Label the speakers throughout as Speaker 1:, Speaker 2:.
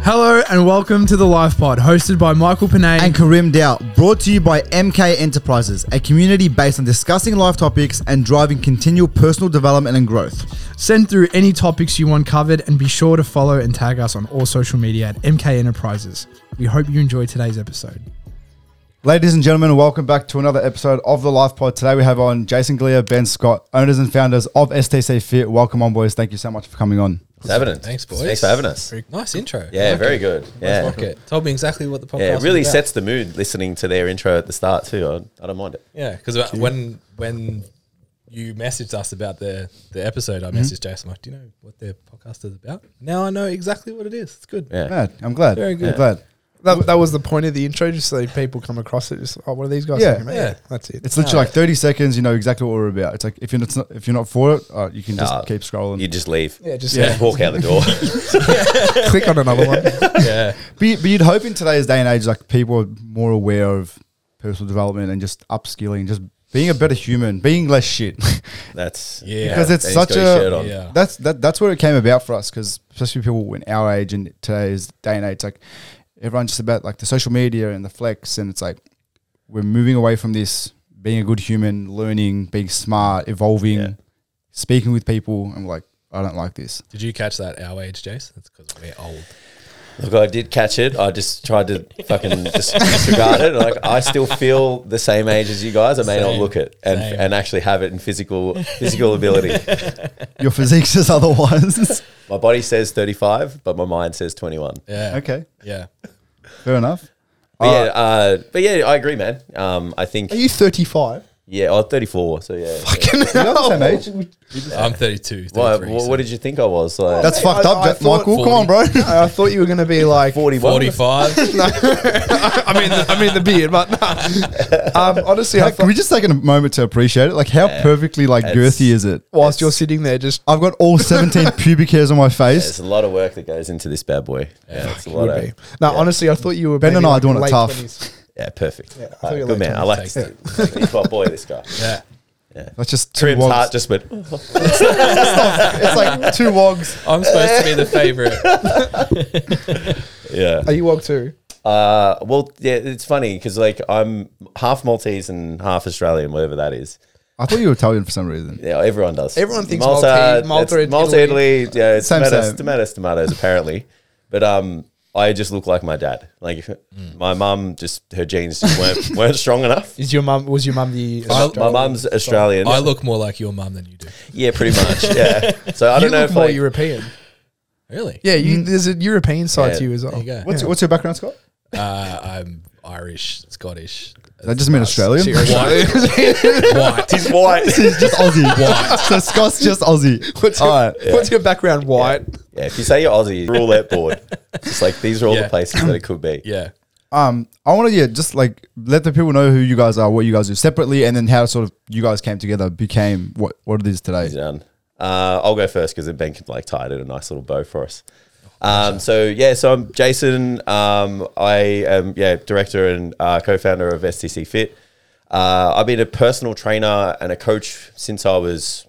Speaker 1: Hello and welcome to the Life Pod, hosted by Michael Panay.
Speaker 2: and Karim Dow, brought to you by MK Enterprises, a community based on discussing life topics and driving continual personal development and growth.
Speaker 1: Send through any topics you want covered, and be sure to follow and tag us on all social media at MK Enterprises. We hope you enjoy today's episode.
Speaker 2: Ladies and gentlemen, welcome back to another episode of the Life Pod. Today we have on Jason Glia, Ben Scott, owners and founders of STC Fit. Welcome on, boys. Thank you so much for coming on.
Speaker 3: It's evident.
Speaker 4: Thanks, boys.
Speaker 3: Thanks for having us.
Speaker 4: Very- nice intro.
Speaker 3: Yeah,
Speaker 4: Like
Speaker 3: very
Speaker 4: it.
Speaker 3: good.
Speaker 4: Nice
Speaker 3: Yeah.
Speaker 4: like it. Told me exactly what the podcast.
Speaker 3: Yeah, it really
Speaker 4: was about.
Speaker 3: sets the mood listening to their intro at the start, too. I, I don't mind it.
Speaker 4: Yeah, because when when you messaged us about the the episode, I messaged Jason like, "Do you know what their podcast is about?" Now I know exactly what it is. It's good.
Speaker 3: Yeah.
Speaker 2: Yeah, I'm glad.
Speaker 4: Very good.
Speaker 2: I'm glad.
Speaker 5: That, that was the point of the intro, just so people come across it. Just oh, what are these guys?
Speaker 2: Yeah.
Speaker 5: talking about?
Speaker 4: Yeah.
Speaker 5: That's it.
Speaker 2: It's literally like 30 seconds. You know exactly what we're about. It's like if you're not, if you're not for it, uh, you can just
Speaker 3: Nah,
Speaker 2: keep scrolling.
Speaker 3: You just leave.
Speaker 5: yeah, just
Speaker 3: Just walk out the door.
Speaker 5: click on another one.
Speaker 4: yeah.
Speaker 2: But, you- but you'd hope in today's day and age, like people are more aware of personal development and just upskilling, just being a better human, being less shit.
Speaker 3: That's
Speaker 4: Yeah.
Speaker 2: Because it's
Speaker 3: And he's
Speaker 2: such
Speaker 3: got his
Speaker 2: a-
Speaker 3: shirt on.
Speaker 4: Yeah.
Speaker 2: that's that, that's where it came about for us, because especially people in our age and today's day and age, like everyone's just about like the social media and the flex, and it's like we're moving away from this being a good human, learning, being smart, evolving,
Speaker 3: Yeah.
Speaker 2: speaking with people. I'm like, I don't like this.
Speaker 4: Did you catch that our age, Jason? That's because we're old.
Speaker 3: Look, I did catch it. I just tried to fucking dis- disregard it. Like, I still feel the same age as you guys. I may not
Speaker 4: Same.
Speaker 3: look it and
Speaker 4: Same.
Speaker 3: and actually have it in physical physical ability.
Speaker 2: Your physique says otherwise.
Speaker 3: My body says thirty five, but my mind says twenty one.
Speaker 4: Yeah.
Speaker 2: okay,
Speaker 4: Yeah.
Speaker 2: fair enough.
Speaker 3: But yeah, uh, but yeah, I agree, man. Um, I think
Speaker 5: Are you 35?
Speaker 3: yeah, I'm thirty four. So yeah,
Speaker 2: We're not the same age.
Speaker 4: I'm 32.
Speaker 3: Why-
Speaker 4: 33,
Speaker 3: what,
Speaker 4: so
Speaker 3: what did you think I was? Like,
Speaker 2: That's
Speaker 5: Hey,
Speaker 2: fucked
Speaker 5: I-
Speaker 2: up,
Speaker 5: I
Speaker 2: Jack Michael. Come on, bro.
Speaker 5: I thought you were going to be like.
Speaker 3: 41.
Speaker 4: 45.
Speaker 5: I mean, the, I mean the beard, but nah. um, honestly, I
Speaker 2: Like, can
Speaker 5: thought
Speaker 2: we just take a moment to appreciate it? Like, how perfectly like
Speaker 3: It's-
Speaker 2: girthy is it?
Speaker 5: whilst you're sitting there, just
Speaker 2: I've got all seventeen pubic hairs on my face.
Speaker 3: There's a lot of work that goes into this bad boy. Yeah, it's a lot
Speaker 5: would
Speaker 3: of,
Speaker 5: be. No, honestly, I thought you were
Speaker 2: Ben and
Speaker 5: maybe
Speaker 2: I
Speaker 5: like
Speaker 2: doing it
Speaker 5: late
Speaker 2: tough.
Speaker 5: 20s.
Speaker 3: yeah perfect.
Speaker 5: Yeah, I
Speaker 3: Alright,
Speaker 5: thought you
Speaker 3: good
Speaker 5: liked
Speaker 3: man.
Speaker 5: him.
Speaker 3: I like
Speaker 4: Takes
Speaker 3: this. He's my boy, this guy.
Speaker 4: yeah.
Speaker 2: That's just two
Speaker 3: Trim's
Speaker 2: wogs.
Speaker 3: heart just went, "Oh,
Speaker 2: it's like two wogs.
Speaker 4: I'm supposed to be the favorite.
Speaker 3: yeah.
Speaker 5: Are Oh, you walk too?
Speaker 3: Uh, well, yeah, it's funny because like I'm half Maltese and half Australian, whatever that is.
Speaker 2: I thought you were Italian for some reason.
Speaker 3: Yeah, everyone does.
Speaker 5: Everyone thinks Maltese- Malta
Speaker 3: that's-
Speaker 5: and
Speaker 3: Malta, Italy. Yeah, it's
Speaker 2: Same,
Speaker 3: tomatoes,
Speaker 2: same.
Speaker 3: tomatoes, tomatoes, apparently. But um, I just look like my dad. Like
Speaker 5: Mm.
Speaker 3: my mum, just her genes just weren't weren't strong enough.
Speaker 5: Is your mum? Was your mum the?
Speaker 3: My mum's Australian.
Speaker 4: I look more like your mum than you do.
Speaker 3: Yeah, pretty much. Yeah. So I
Speaker 5: You
Speaker 3: don't know
Speaker 5: look
Speaker 3: if
Speaker 5: more
Speaker 3: like,
Speaker 5: European.
Speaker 4: Really?
Speaker 5: Yeah, you, there's a European side
Speaker 3: Yeah.
Speaker 5: to you as well.
Speaker 4: There you go.
Speaker 2: What's, what's your background, Scott?
Speaker 4: Uh, I'm Irish, Scottish,
Speaker 2: That just
Speaker 5: Uh,
Speaker 2: mean Australian.
Speaker 4: white.
Speaker 3: he's white.
Speaker 2: He's just Aussie. So Scott's just Aussie.
Speaker 5: What's your,
Speaker 2: all right.
Speaker 5: what's your background? White.
Speaker 3: Yeah, if you say you're Aussie, roulette board. It's like these are all the
Speaker 4: Yeah.
Speaker 3: places that it could be.
Speaker 4: Yeah.
Speaker 2: Um, I want to yeah, just like let the people know who you guys are, what you guys do separately, and then how sort of you guys came together, became what what it is today.
Speaker 3: Done. Uh, I'll go first because then Ben can like tie it in a nice little bow for us. Um, so yeah, so I'm Jason. Um, I am yeah director and uh, co-founder of STC Fit. Uh, I've been a personal trainer and a coach since I was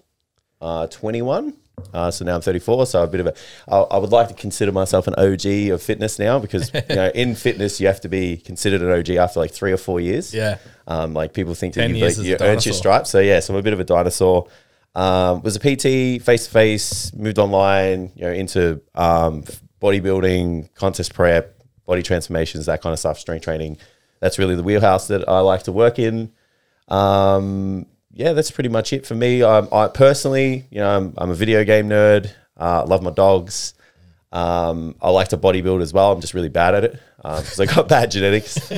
Speaker 3: uh, 21. Uh, so now I'm 34. So a bit of a, I, I would like to consider myself an OG of fitness now because you know in fitness you have to be considered an OG after like three or four years.
Speaker 4: Yeah.
Speaker 3: Um, like people think that
Speaker 4: 10
Speaker 3: you've,
Speaker 4: years
Speaker 3: like,
Speaker 4: as
Speaker 3: you
Speaker 4: a
Speaker 3: earned your
Speaker 4: dinosaur.
Speaker 3: stripes. So yeah, so I'm a bit of a dinosaur. Um, was a PT face to face, moved online, you know, into um, bodybuilding, contest prep, body transformations, that kind of stuff, strength training. That's really the wheelhouse that I like to work in. Um, yeah, that's pretty much it for me. Um, I personally, you know, I'm, I'm a video game nerd. Uh, I love my dogs. Um, I like to bodybuild as well. I'm just really bad at it because I got bad genetics,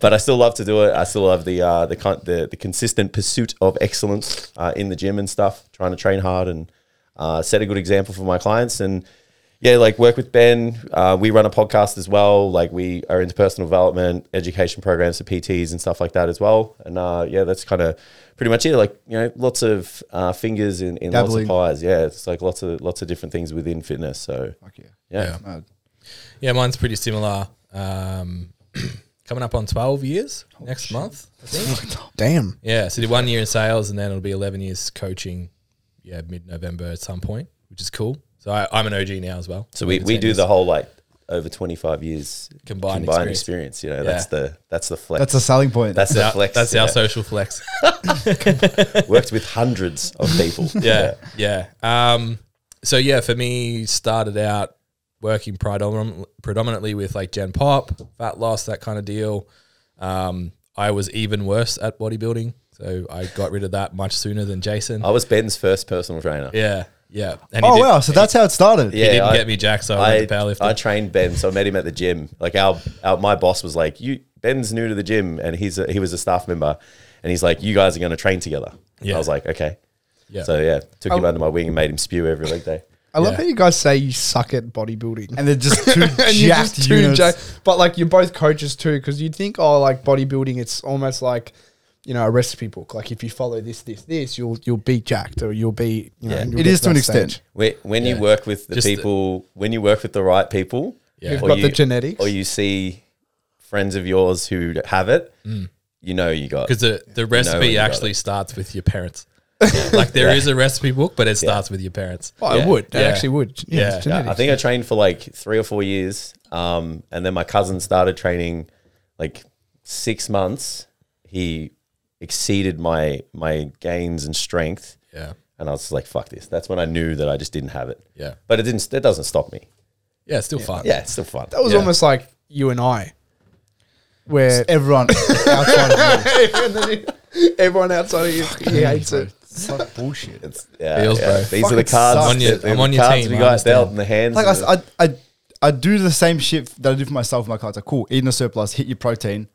Speaker 3: but I still love to do it. I still love the uh, the, con- the the consistent pursuit of excellence uh, in the gym and stuff. Trying to train hard and uh, set a good example for my clients and yeah, like work with Ben. Uh, we run a podcast as well. Like we are into personal development, education programs for PTs and stuff like that as well. And uh, yeah, that's kind of pretty much it. Like you know, lots of uh, fingers in, in lots
Speaker 2: Dabbling.
Speaker 3: of pies. Yeah, it's like lots of lots of different things within fitness. So
Speaker 2: Okay.
Speaker 3: yeah,
Speaker 2: All right.
Speaker 4: Yeah, mine's pretty similar. Um, coming up on 12 years next month, I think.
Speaker 5: Damn.
Speaker 4: yeah, so did one year in sales and then it'll be 11 years coaching, yeah, mid November at some point, which is cool. So I, I'm an OG now as well.
Speaker 3: so we,
Speaker 4: Like
Speaker 3: we
Speaker 4: ten
Speaker 3: do
Speaker 4: years.
Speaker 3: the whole like over 25 years
Speaker 4: Combined
Speaker 3: experience. You know, that's the that's the flex.
Speaker 2: That's a selling point.
Speaker 3: That's the
Speaker 4: Our-
Speaker 3: flex.
Speaker 4: that's
Speaker 3: yeah.
Speaker 4: our social flex.
Speaker 3: Worked with hundreds of people.
Speaker 4: yeah, yeah. Um, so yeah, for me, started out working predominantly, predominantly with like Gen Pop, fat loss, that kind of deal. Um, I was even worse at bodybuilding, so I got rid of that much sooner than Jason.
Speaker 3: I was Ben's first personal trainer.
Speaker 4: Yeah, yeah. And he
Speaker 2: oh
Speaker 4: did-
Speaker 2: wow, so that's how it started.
Speaker 3: Yeah,
Speaker 4: He didn't
Speaker 3: I-
Speaker 4: get me jack, so I,
Speaker 3: I,
Speaker 4: went to powerlifting.
Speaker 3: I trained Ben, so I met him at the gym. Like our, our my boss was like, "You Ben's new to the gym, and he's a, he was a staff member, and he's like, you guys are going to train together."
Speaker 4: Yeah.
Speaker 3: I was like, "Okay."
Speaker 4: yeah.
Speaker 3: So yeah, took
Speaker 5: Oh.
Speaker 3: him under my wing and made him spew every leg day.
Speaker 5: I love
Speaker 4: Yeah.
Speaker 5: how you guys say you suck at bodybuilding.
Speaker 2: And they're just two
Speaker 5: and you're
Speaker 2: jacked
Speaker 5: just two
Speaker 2: units.
Speaker 5: jacked. But like you're both coaches too, because you'd think, oh, like bodybuilding, it's almost like you know a recipe book. Like if you follow this, this, this, you'll you'll be jacked or you'll be. You know,
Speaker 3: Yeah.
Speaker 5: you'll
Speaker 2: It
Speaker 5: get
Speaker 2: is to an
Speaker 5: that
Speaker 2: extent.
Speaker 5: stage.
Speaker 3: When, when
Speaker 4: Yeah.
Speaker 3: you work with the
Speaker 4: Just the-
Speaker 3: people, when you work with the right people,
Speaker 4: Yeah. You've
Speaker 3: or
Speaker 5: got the genetics.
Speaker 3: or you see friends of yours who have it, you know you got.
Speaker 4: Mm. because the, the
Speaker 3: know when
Speaker 4: recipe
Speaker 3: you got
Speaker 4: actually starts with your parents. like there is a recipe book, but it starts with your parents.
Speaker 5: Oh,
Speaker 3: Yeah.
Speaker 5: it would. It
Speaker 4: Yeah.
Speaker 5: actually would. Yeah,
Speaker 4: Yeah.
Speaker 5: it's
Speaker 4: Yeah,
Speaker 3: Yeah, I
Speaker 5: genetics.
Speaker 3: think I trained for like three or four years, um, and then my cousin started training like six months. He exceeded my my gains and strength,
Speaker 4: Yeah,
Speaker 3: and I was like, "Fuck this!" That's when I knew that I just didn't have it.
Speaker 4: yeah,
Speaker 3: But it didn't. That doesn't stop me.
Speaker 4: yeah. It's still fun.
Speaker 3: Yeah, it's still fun.
Speaker 5: That was
Speaker 4: Yeah.
Speaker 5: almost like you and I, where
Speaker 2: Everyone outside of me.
Speaker 5: and then you- everyone outside of you he hates it.
Speaker 2: It's like bullshit.
Speaker 3: It's, yeah,
Speaker 4: Feels,
Speaker 3: yeah.
Speaker 4: bro.
Speaker 3: These are the
Speaker 2: Fucking
Speaker 3: cards.
Speaker 2: sucks.
Speaker 4: I'm on your-
Speaker 3: they're
Speaker 4: I'm
Speaker 3: the
Speaker 4: on your
Speaker 3: cards
Speaker 4: team,
Speaker 3: We
Speaker 4: I
Speaker 3: got dealt
Speaker 4: understand.
Speaker 3: in the hands.
Speaker 2: like
Speaker 3: and the-
Speaker 2: I, I, I, I do the same shit that I do for myself with my clients. Like, cool, eating a surplus, hit your protein.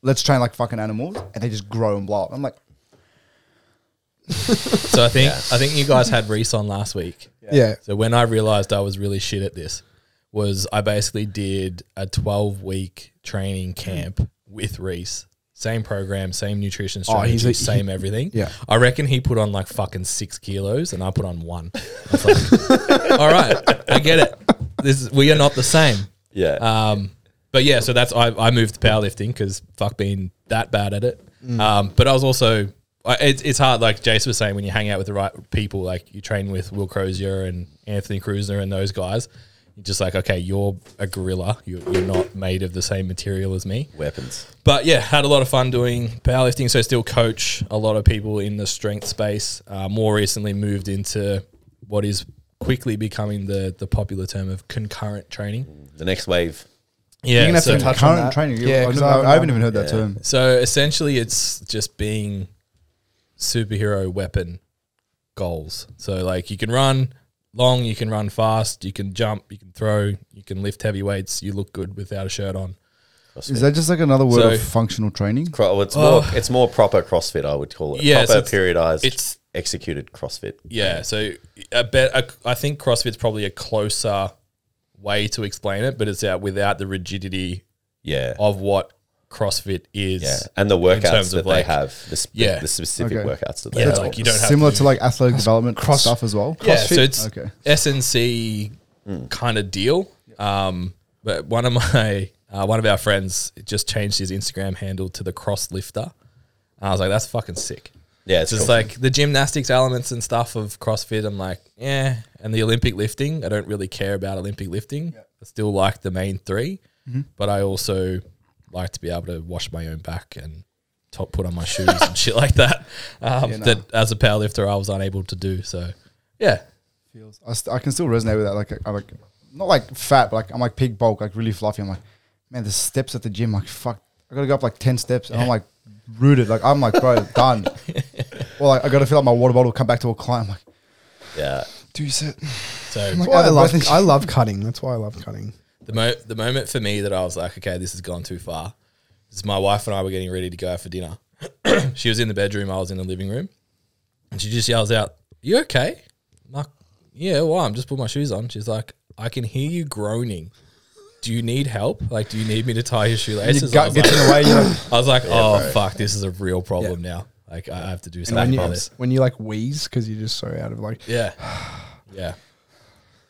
Speaker 2: Let's train like fucking animals, and they just grow and blow up. I'm like,
Speaker 4: So I think I think you guys had Reese on last week.
Speaker 5: Yeah.
Speaker 4: So when I realized I was really shit at this, was I basically did a 12 week training camp with Reese. Same program, same nutrition strategy,
Speaker 5: Oh, he's a-
Speaker 4: same everything.
Speaker 5: Yeah.
Speaker 4: I reckon he put on like fucking six kilos and I put on one. I was like, all right, I get it. This is, we are not the same.
Speaker 3: yeah,
Speaker 4: Um, but yeah, so that's I, I moved to powerlifting because fuck being that bad at it.
Speaker 5: Mm.
Speaker 4: Um, but I was also I, it's it's hard. Like Jason was saying, when you hang out with the right people, like you train with Will Crozier and Anthony Cruiser and those guys, you're just like, okay, you're a gorilla. You're, you're not made of the same material as me.
Speaker 3: weapons.
Speaker 4: But yeah, had a lot of fun doing powerlifting. So still coach a lot of people in the strength space. Uh, more recently, moved into what is quickly becoming the the popular term of concurrent training.
Speaker 3: The next wave.
Speaker 4: Yeah,
Speaker 5: You're gonna have
Speaker 4: so-
Speaker 5: to touch on
Speaker 2: current
Speaker 5: that.
Speaker 2: training.
Speaker 5: Yeah,
Speaker 2: Yeah, I've
Speaker 5: 'cause
Speaker 2: never- I,
Speaker 5: I've-
Speaker 2: haven't even heard that term.
Speaker 4: So essentially, it's just being superhero weapon goals. So like you can run long, you can run fast, you can jump, you can throw, you can lift heavy weights. You look good without a shirt on.
Speaker 2: Is that just like another word
Speaker 4: So-
Speaker 2: of functional training?
Speaker 3: Cro- well, it's
Speaker 4: Oh.
Speaker 3: more it's more proper CrossFit, I would call it.
Speaker 4: Yeah, so
Speaker 3: proper
Speaker 4: it's-
Speaker 3: periodized,
Speaker 4: it's-
Speaker 3: executed CrossFit.
Speaker 4: Yeah. So a bet, a, I think CrossFit's probably a closer way to explain it, but it's out without the rigidity
Speaker 3: Yeah,
Speaker 4: of what CrossFit is.
Speaker 3: yeah, and the
Speaker 4: in terms
Speaker 3: workouts that
Speaker 4: of like-
Speaker 3: they have, the, sp-
Speaker 4: Yeah.
Speaker 3: the specific
Speaker 2: Okay.
Speaker 3: workouts that they
Speaker 4: Yeah,
Speaker 3: have.
Speaker 4: like you don't have
Speaker 2: Similar
Speaker 4: to
Speaker 2: to like athletic development stuff as well.
Speaker 4: Yeah, so
Speaker 5: CrossFit?
Speaker 4: it's
Speaker 2: Okay.
Speaker 4: SNC kind of deal. Um, but one of my uh, one of our friends just changed his Instagram handle to the Cross Lifter. And I was like, that's fucking sick.
Speaker 3: yeah,
Speaker 4: It's
Speaker 3: it's
Speaker 4: just
Speaker 3: cool.
Speaker 4: like the gymnastics elements and stuff of CrossFit. I'm like, yeah. And the Olympic lifting, I don't really care about Olympic lifting. I still like the main 3 but I also like to be able to wash my own back and top put on my shoes and shit like that. Um, That as a powerlifter, I was unable to do. So, yeah,
Speaker 2: feels. I, st- I can still resonate with that. Like I'm like not like fat, but like I'm like pig bulk, like really fluffy. I'm like, man, the steps at the gym, like fuck, I gotta go up like ten steps, and I'm like rooted. Like I'm like, bro, done. Well, like I gotta fill up my water bottle, come back to a client. I'm like,
Speaker 3: yeah,
Speaker 2: do you sit?
Speaker 4: So
Speaker 5: Like,
Speaker 2: Why
Speaker 5: I
Speaker 2: the
Speaker 5: love
Speaker 2: breath-
Speaker 5: I love cutting. That's why I love cutting.
Speaker 4: the mo- the moment for me that I was like, okay, this has gone too far, is my wife and I were getting ready to go out for dinner. she was in the bedroom, I was in the living room, and she just yells out, "You okay?" I'm like, yeah, well, I'm just putting my shoes on. She's like, I can hear you groaning. Do you need help? Like, do you need me to tie your
Speaker 2: Your
Speaker 4: shoelaces? I
Speaker 2: gut
Speaker 4: was
Speaker 2: gets
Speaker 4: like,
Speaker 2: in the way. You're like,
Speaker 4: I was like, oh fuck, this is a real problem now. Like, I have to do something
Speaker 5: When
Speaker 4: about
Speaker 5: you,
Speaker 4: it.
Speaker 5: when you like wheeze because you're just so out of like
Speaker 4: Yeah, yeah,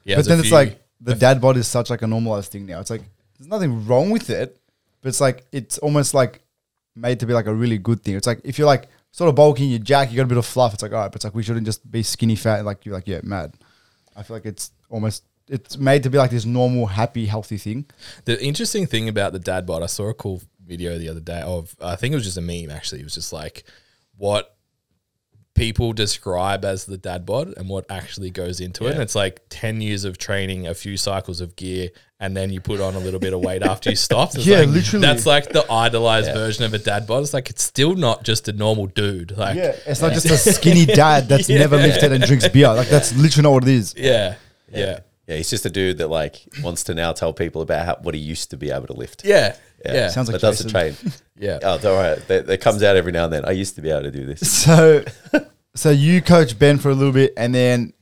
Speaker 4: yeah.
Speaker 2: but
Speaker 4: there's a
Speaker 2: then it's
Speaker 4: few-
Speaker 2: like the dad bod is such like a normalized thing now. It's like there's nothing wrong with it, but it's like it's almost like made to be like a really good thing. It's like if you're like sort of bulking, you jack, you got a bit of fluff. It's like all right, but it's like we shouldn't just be skinny fat. Like you're like yeah, mad. I feel like it's almost it's made to be like this normal, happy, healthy thing.
Speaker 4: The interesting thing about the dad bod, I saw a cool video the other day of, I think it was just a meme actually. It was just like what people describe as the dad bod and what actually goes into it. And it's like 10 years of training, a few cycles of gear, and then you put on a little bit of weight after you stop. It's
Speaker 2: Yeah,
Speaker 4: like-
Speaker 2: literally.
Speaker 4: That's like the idolized version of a dad bod. It's like, it's still not just a normal dude. Like, yeah.
Speaker 2: it's not just a skinny dad that's never lifted and drinks beer. Like that's literally not what it is.
Speaker 4: Yeah. Yeah.
Speaker 3: Yeah, he's just a dude that like wants to now tell people about how, what he used to be able to lift.
Speaker 4: Yeah.
Speaker 2: Sounds like
Speaker 3: but that's the
Speaker 2: Jason.
Speaker 3: train.
Speaker 4: Yeah.
Speaker 3: Oh, don't worry. That, that comes out every now and then. I used to be able to do this.
Speaker 2: So, so you coach Ben for a little bit, and then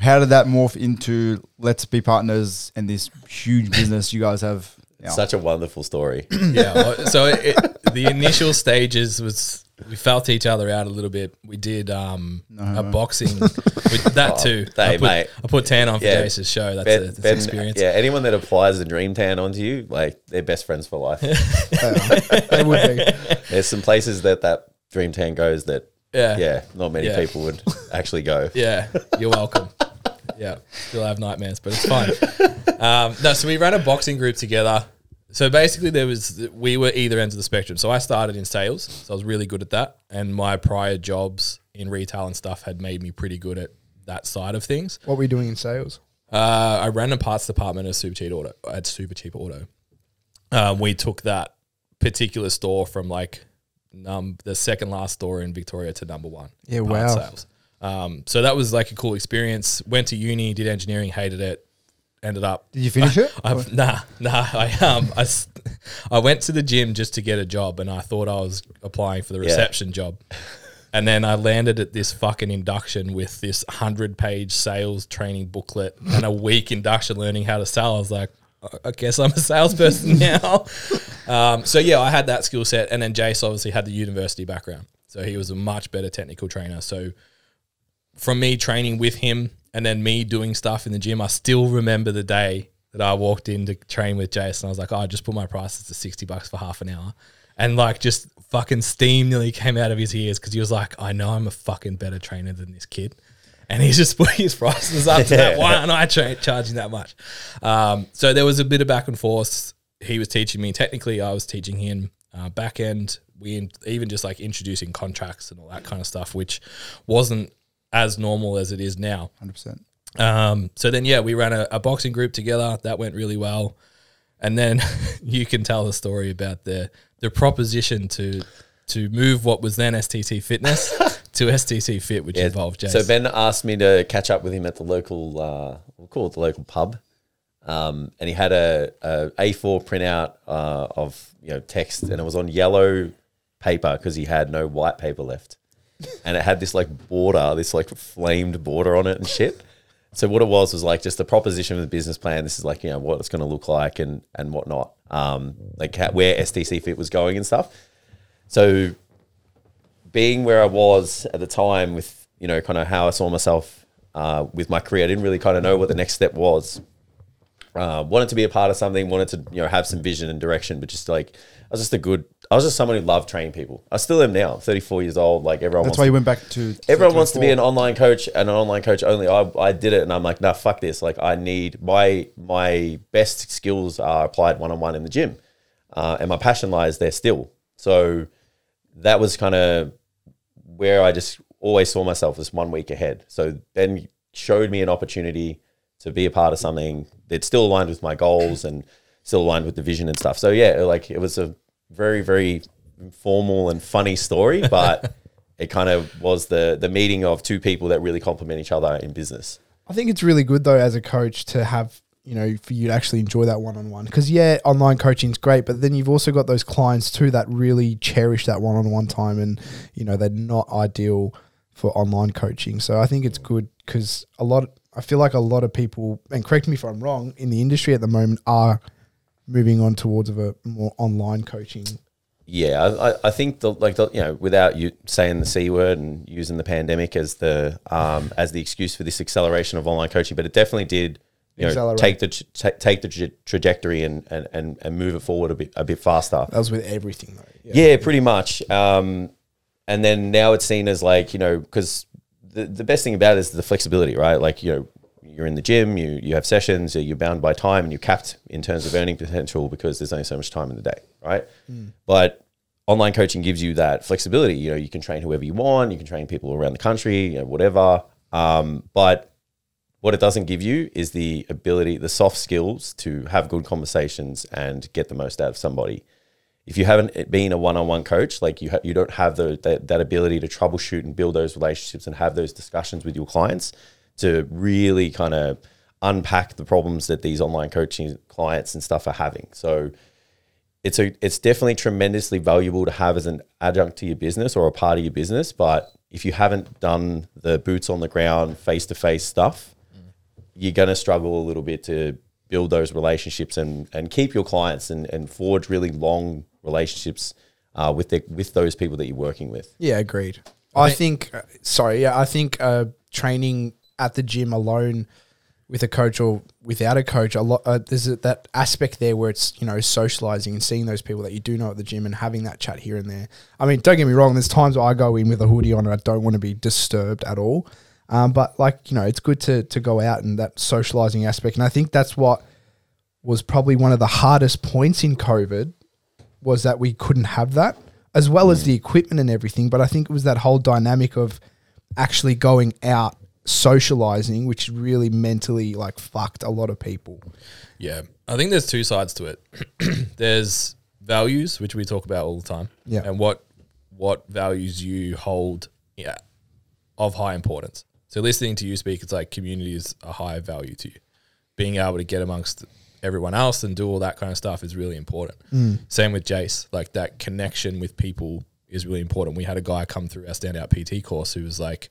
Speaker 2: how did that morph into let's be partners and this huge business you guys have? Now?
Speaker 3: Such a wonderful story.
Speaker 4: yeah. well, So it, the initial stages was we felt each other out a little bit. We did um, a boxing with that too. I
Speaker 3: they,
Speaker 4: put,
Speaker 3: Oh, mate.
Speaker 4: I put tan on for
Speaker 3: Yeah.
Speaker 4: Jason's show. That's, a,
Speaker 3: Ben,
Speaker 4: that's
Speaker 3: Ben-
Speaker 4: an experience.
Speaker 3: Yeah, anyone that applies a dream tan onto you, like they're best friends for life.
Speaker 5: They would be.
Speaker 3: There's some places that that dream tan goes that,
Speaker 4: Yeah.
Speaker 3: yeah, not many
Speaker 4: Yeah.
Speaker 3: people would actually go.
Speaker 4: Yeah, you're welcome. yeah, still have nightmares, but it's fine. Um, no, so we ran a boxing group together. So basically, there was we were either ends of the spectrum. So I started in sales, so I was really good at that, and my prior jobs in retail and stuff had made me pretty good at that side of things.
Speaker 5: What were you doing in sales?
Speaker 4: Uh, I ran a parts department at Super Cheap Auto. At Super Cheap Auto, um, we took that particular store from like num the second last store in Victoria to number one. in
Speaker 5: Yeah,
Speaker 4: parts
Speaker 5: wow.
Speaker 4: Sales. Um, so that was like a cool experience. Went to uni, did engineering, hated it. Ended up.
Speaker 2: Did you finish it?
Speaker 4: I've, nah, nah. I um, I, s- I went to the gym just to get a job, and I thought I was applying for the reception job. And then I landed at this fucking induction with this hundred-page sales training booklet and a week induction learning how to sell. I was like, "I- I guess I'm a salesperson now. um, so yeah, I had that skill set, and then Jace obviously had the university background, so he was a much better technical trainer. So from me training with him and then me doing stuff in the gym, I still remember the day that I walked in to train with Jason. I was like, oh, I just put my prices to 60 bucks for half an hour. And like, just fucking steam nearly came out of his ears because he was like, I know I'm a fucking better trainer than this kid. And he's just putting his prices up to that. Why aren't I tra- charging that much? Um, so there was a bit of back and forth. He was teaching me technically, I was teaching him uh, back end. We in, even just like introducing contracts and all that kind of stuff, which wasn't as normal as it is now.
Speaker 2: Hundred percent.
Speaker 4: Um, so then, yeah, we ran a, a boxing group together. That went really well. And then you can tell the story about the the proposition to to move what was then STT Fitness to STT Fit, which involved Jason.
Speaker 3: So Ben asked me to catch up with him at the local, uh, we'll call it the local pub, um, and he had a, a A4 printout uh, of you know text, and it was on yellow paper because he had no white paper left, and it had this like border, this like flamed border on it and shit. So what it was was like just the proposition of the business plan. This is like you know what it's going to look like and and whatnot, um, like how, where STC Fit was going and stuff. So being where I was at the time with, you know, kind of how I saw myself uh, with my career, I didn't really kind of know what the next step was. Uh, wanted to be a part of something, wanted to, you know, have some vision and direction, but just like, I was just a good, I was just someone who loved training people. I still am now, 34 years old. Like everyone
Speaker 2: That's
Speaker 3: wants
Speaker 2: why you went back to.
Speaker 3: everyone wants to be an online coach and an online coach only. I, I did it and I'm like, nah, fuck this. Like I need my my best skills are applied one on one in the gym, uh, and my passion lies there still. So that was kind of where I just always saw myself as one week ahead. So then showed me an opportunity to be a part of something that still aligned with my goals and still aligned with the vision and stuff. So yeah, like it was a very very informal and funny story, but it kind of was the the meeting of two people that really complement each other in business.
Speaker 5: I think it's really good though as a coach to have you know for you to actually enjoy that one on one because yeah, online coaching's great, but then you've also got those clients too that really cherish that one on one time, and you know they're not ideal for online coaching. So I think it's good because a lot. I feel like a lot of people, and correct me if I'm wrong, in the industry at the moment are moving on towards of a more online coaching.
Speaker 3: Yeah, I, I- I think the like the, you know without you saying the c word and using the pandemic as the um, as the excuse for this acceleration of online coaching, but it definitely did you know,
Speaker 5: Accelerate.
Speaker 3: take the tra- ta- take the tra- trajectory and, and and and move it forward a bit a bit faster.
Speaker 5: That was with everything though. Yeah.
Speaker 3: Yeah, pretty much. Um, and then now it's seen as like you know because the, the best thing about it is the flexibility, right? Like you know, you you're in the gym, you you have sessions, you're bound by time, and you're capped in terms of earning potential because there's only so much time in the day, right? But online coaching gives you that flexibility. You know, you can train whoever you want, you can train people around the country, you know, whatever. Um, but what it doesn't give you is the ability, the soft skills to have good conversations and get the most out of somebody if you haven't been a one-on-one coach, like you ha- you don't have the that, that ability to troubleshoot and build those relationships and have those discussions with your clients to really kind of unpack the problems that these online coaching clients and stuff are having. So it's a it's definitely tremendously valuable to have as an adjunct to your business or a part of your business, but if you haven't done the boots on the ground face to face stuff, you're going to struggle a little bit to build those relationships and, and keep your clients and, and forge really long relationships uh, with the, with those people that you're working with.
Speaker 5: Yeah, agreed. I think, uh, sorry, yeah, I think uh, training at the gym alone with a coach or without a coach, a lot uh, there's a, that aspect there where it's you know socializing and seeing those people that you do know at the gym and having that chat here and there. I mean, don't get me wrong. There's times where I go in with a hoodie on and I don't want to be disturbed at all. Um, but like you know, it's good to to go out and that socializing aspect. And I think that's what was probably one of the hardest points in COVID was that we couldn't have that, as well as the equipment and everything. But I think it was that whole dynamic of actually going out socializing, which really mentally like fucked a lot of people.
Speaker 4: Yeah. I think there's two sides to it. there's values, which we talk about all the time.
Speaker 5: Yeah.
Speaker 4: And what what values you hold yeah, of high importance. So listening to you speak, it's like community is a high value to you. Being able to get amongst everyone else and do all that kind of stuff is really important. Same with Jace. Like that connection with people is really important. We had a guy come through our standout PT course who was like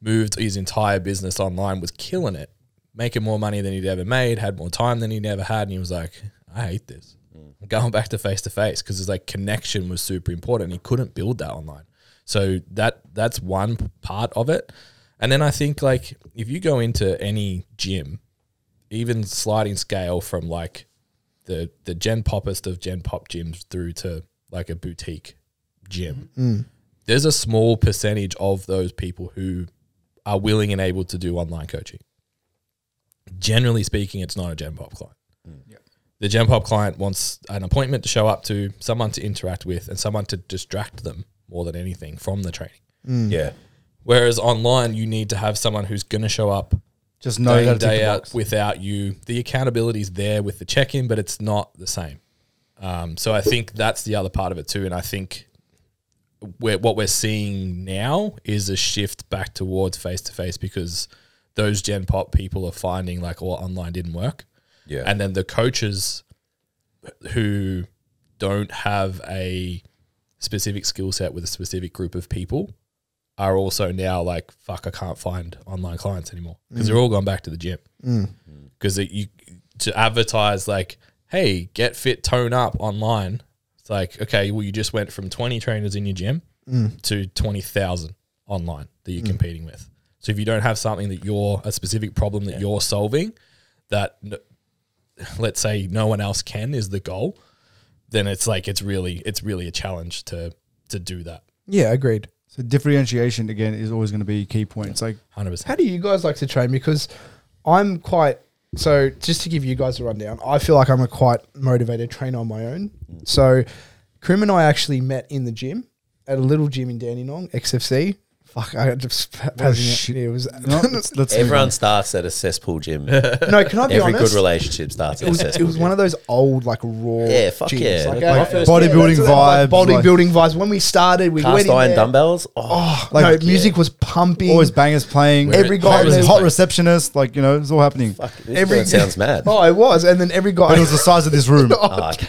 Speaker 4: moved his entire business online, was killing it, making more money than he'd ever made, had more time than he'd ever had. And he was like, I hate this. I'm Going back to face to face because it's like connection was super important. He couldn't build that online. So that that's one p- part of it. And then I think like if you go into any gym, even sliding scale from like the the gen poppest of gen pop gyms through to like a boutique gym, there's a small percentage of those people who are willing and able to do online coaching. Generally speaking, it's not a Gen Pop client. The Gen Pop client wants an appointment to show up to, someone to interact with, and someone to distract them more than anything from the training.
Speaker 5: Hmm.
Speaker 3: Yeah.
Speaker 4: Whereas online, you need to have someone who's going to show up
Speaker 2: Just
Speaker 4: day
Speaker 2: knowing
Speaker 4: in
Speaker 2: that
Speaker 4: day out without you. The accountability is there with the check in, but it's not the same. Um, so I think that's the other part of it too. And I think we're, what we're seeing now is a shift back towards face to face because those Gen Pop people are finding like, well, online didn't work.
Speaker 3: Yeah.
Speaker 4: And then the coaches who don't have a specific skill set with a specific group of people are also now like, fuck, I can't find online clients anymore because they're all gone back to the gym. Because you to advertise like, hey, get fit, tone up online. It's like, okay, well, you just went from 20 trainers in your gym to 20,000 online that you're competing with. So if you don't have something that you're a specific problem that you're solving, that n- let's say no one else can is the goal, then it's like it's really it's really a challenge to to do that.
Speaker 5: Yeah, agreed.
Speaker 2: So differentiation again is always going to be a key point. It's like
Speaker 4: Hundred percent.
Speaker 5: How do you guys like to train? Because I'm quite so. Just to give you guys a rundown, I feel like I'm a quite motivated trainer on my own. So, Krim and I actually met in the gym at a little gym in Dandenong, XFC. Fuck, I just
Speaker 2: shit.
Speaker 5: passing it. It was
Speaker 2: no, let's, let's
Speaker 3: Everyone starts at a cesspool gym.
Speaker 5: no. Can I be
Speaker 3: Every good
Speaker 5: honest?
Speaker 3: relationship starts
Speaker 5: it
Speaker 3: at a
Speaker 5: was, it
Speaker 3: cesspool.
Speaker 5: was one
Speaker 3: gym.
Speaker 5: of those old like raw
Speaker 3: Yeah, fuck
Speaker 5: gyms.
Speaker 3: yeah.
Speaker 5: like,
Speaker 3: Like,
Speaker 5: uh,
Speaker 3: first-
Speaker 2: Bodybuilding
Speaker 5: yeah, that's what-
Speaker 2: vibes,
Speaker 5: bodybuilding vibes when we started we went
Speaker 3: Cast
Speaker 5: in
Speaker 3: iron
Speaker 5: there,
Speaker 3: dumbbells. Oh,
Speaker 5: oh, no,
Speaker 2: Like,
Speaker 5: music was pumping
Speaker 2: always bangers playing.
Speaker 5: Every Every guy
Speaker 2: hot,
Speaker 5: guy was-
Speaker 2: hot receptionist, like you know, it's all happening.
Speaker 3: fuck, this
Speaker 5: every-
Speaker 3: every sounds mad.
Speaker 5: oh it was and then every guy
Speaker 2: But it was the size of this room.
Speaker 5: Um,
Speaker 3: Ah, okay.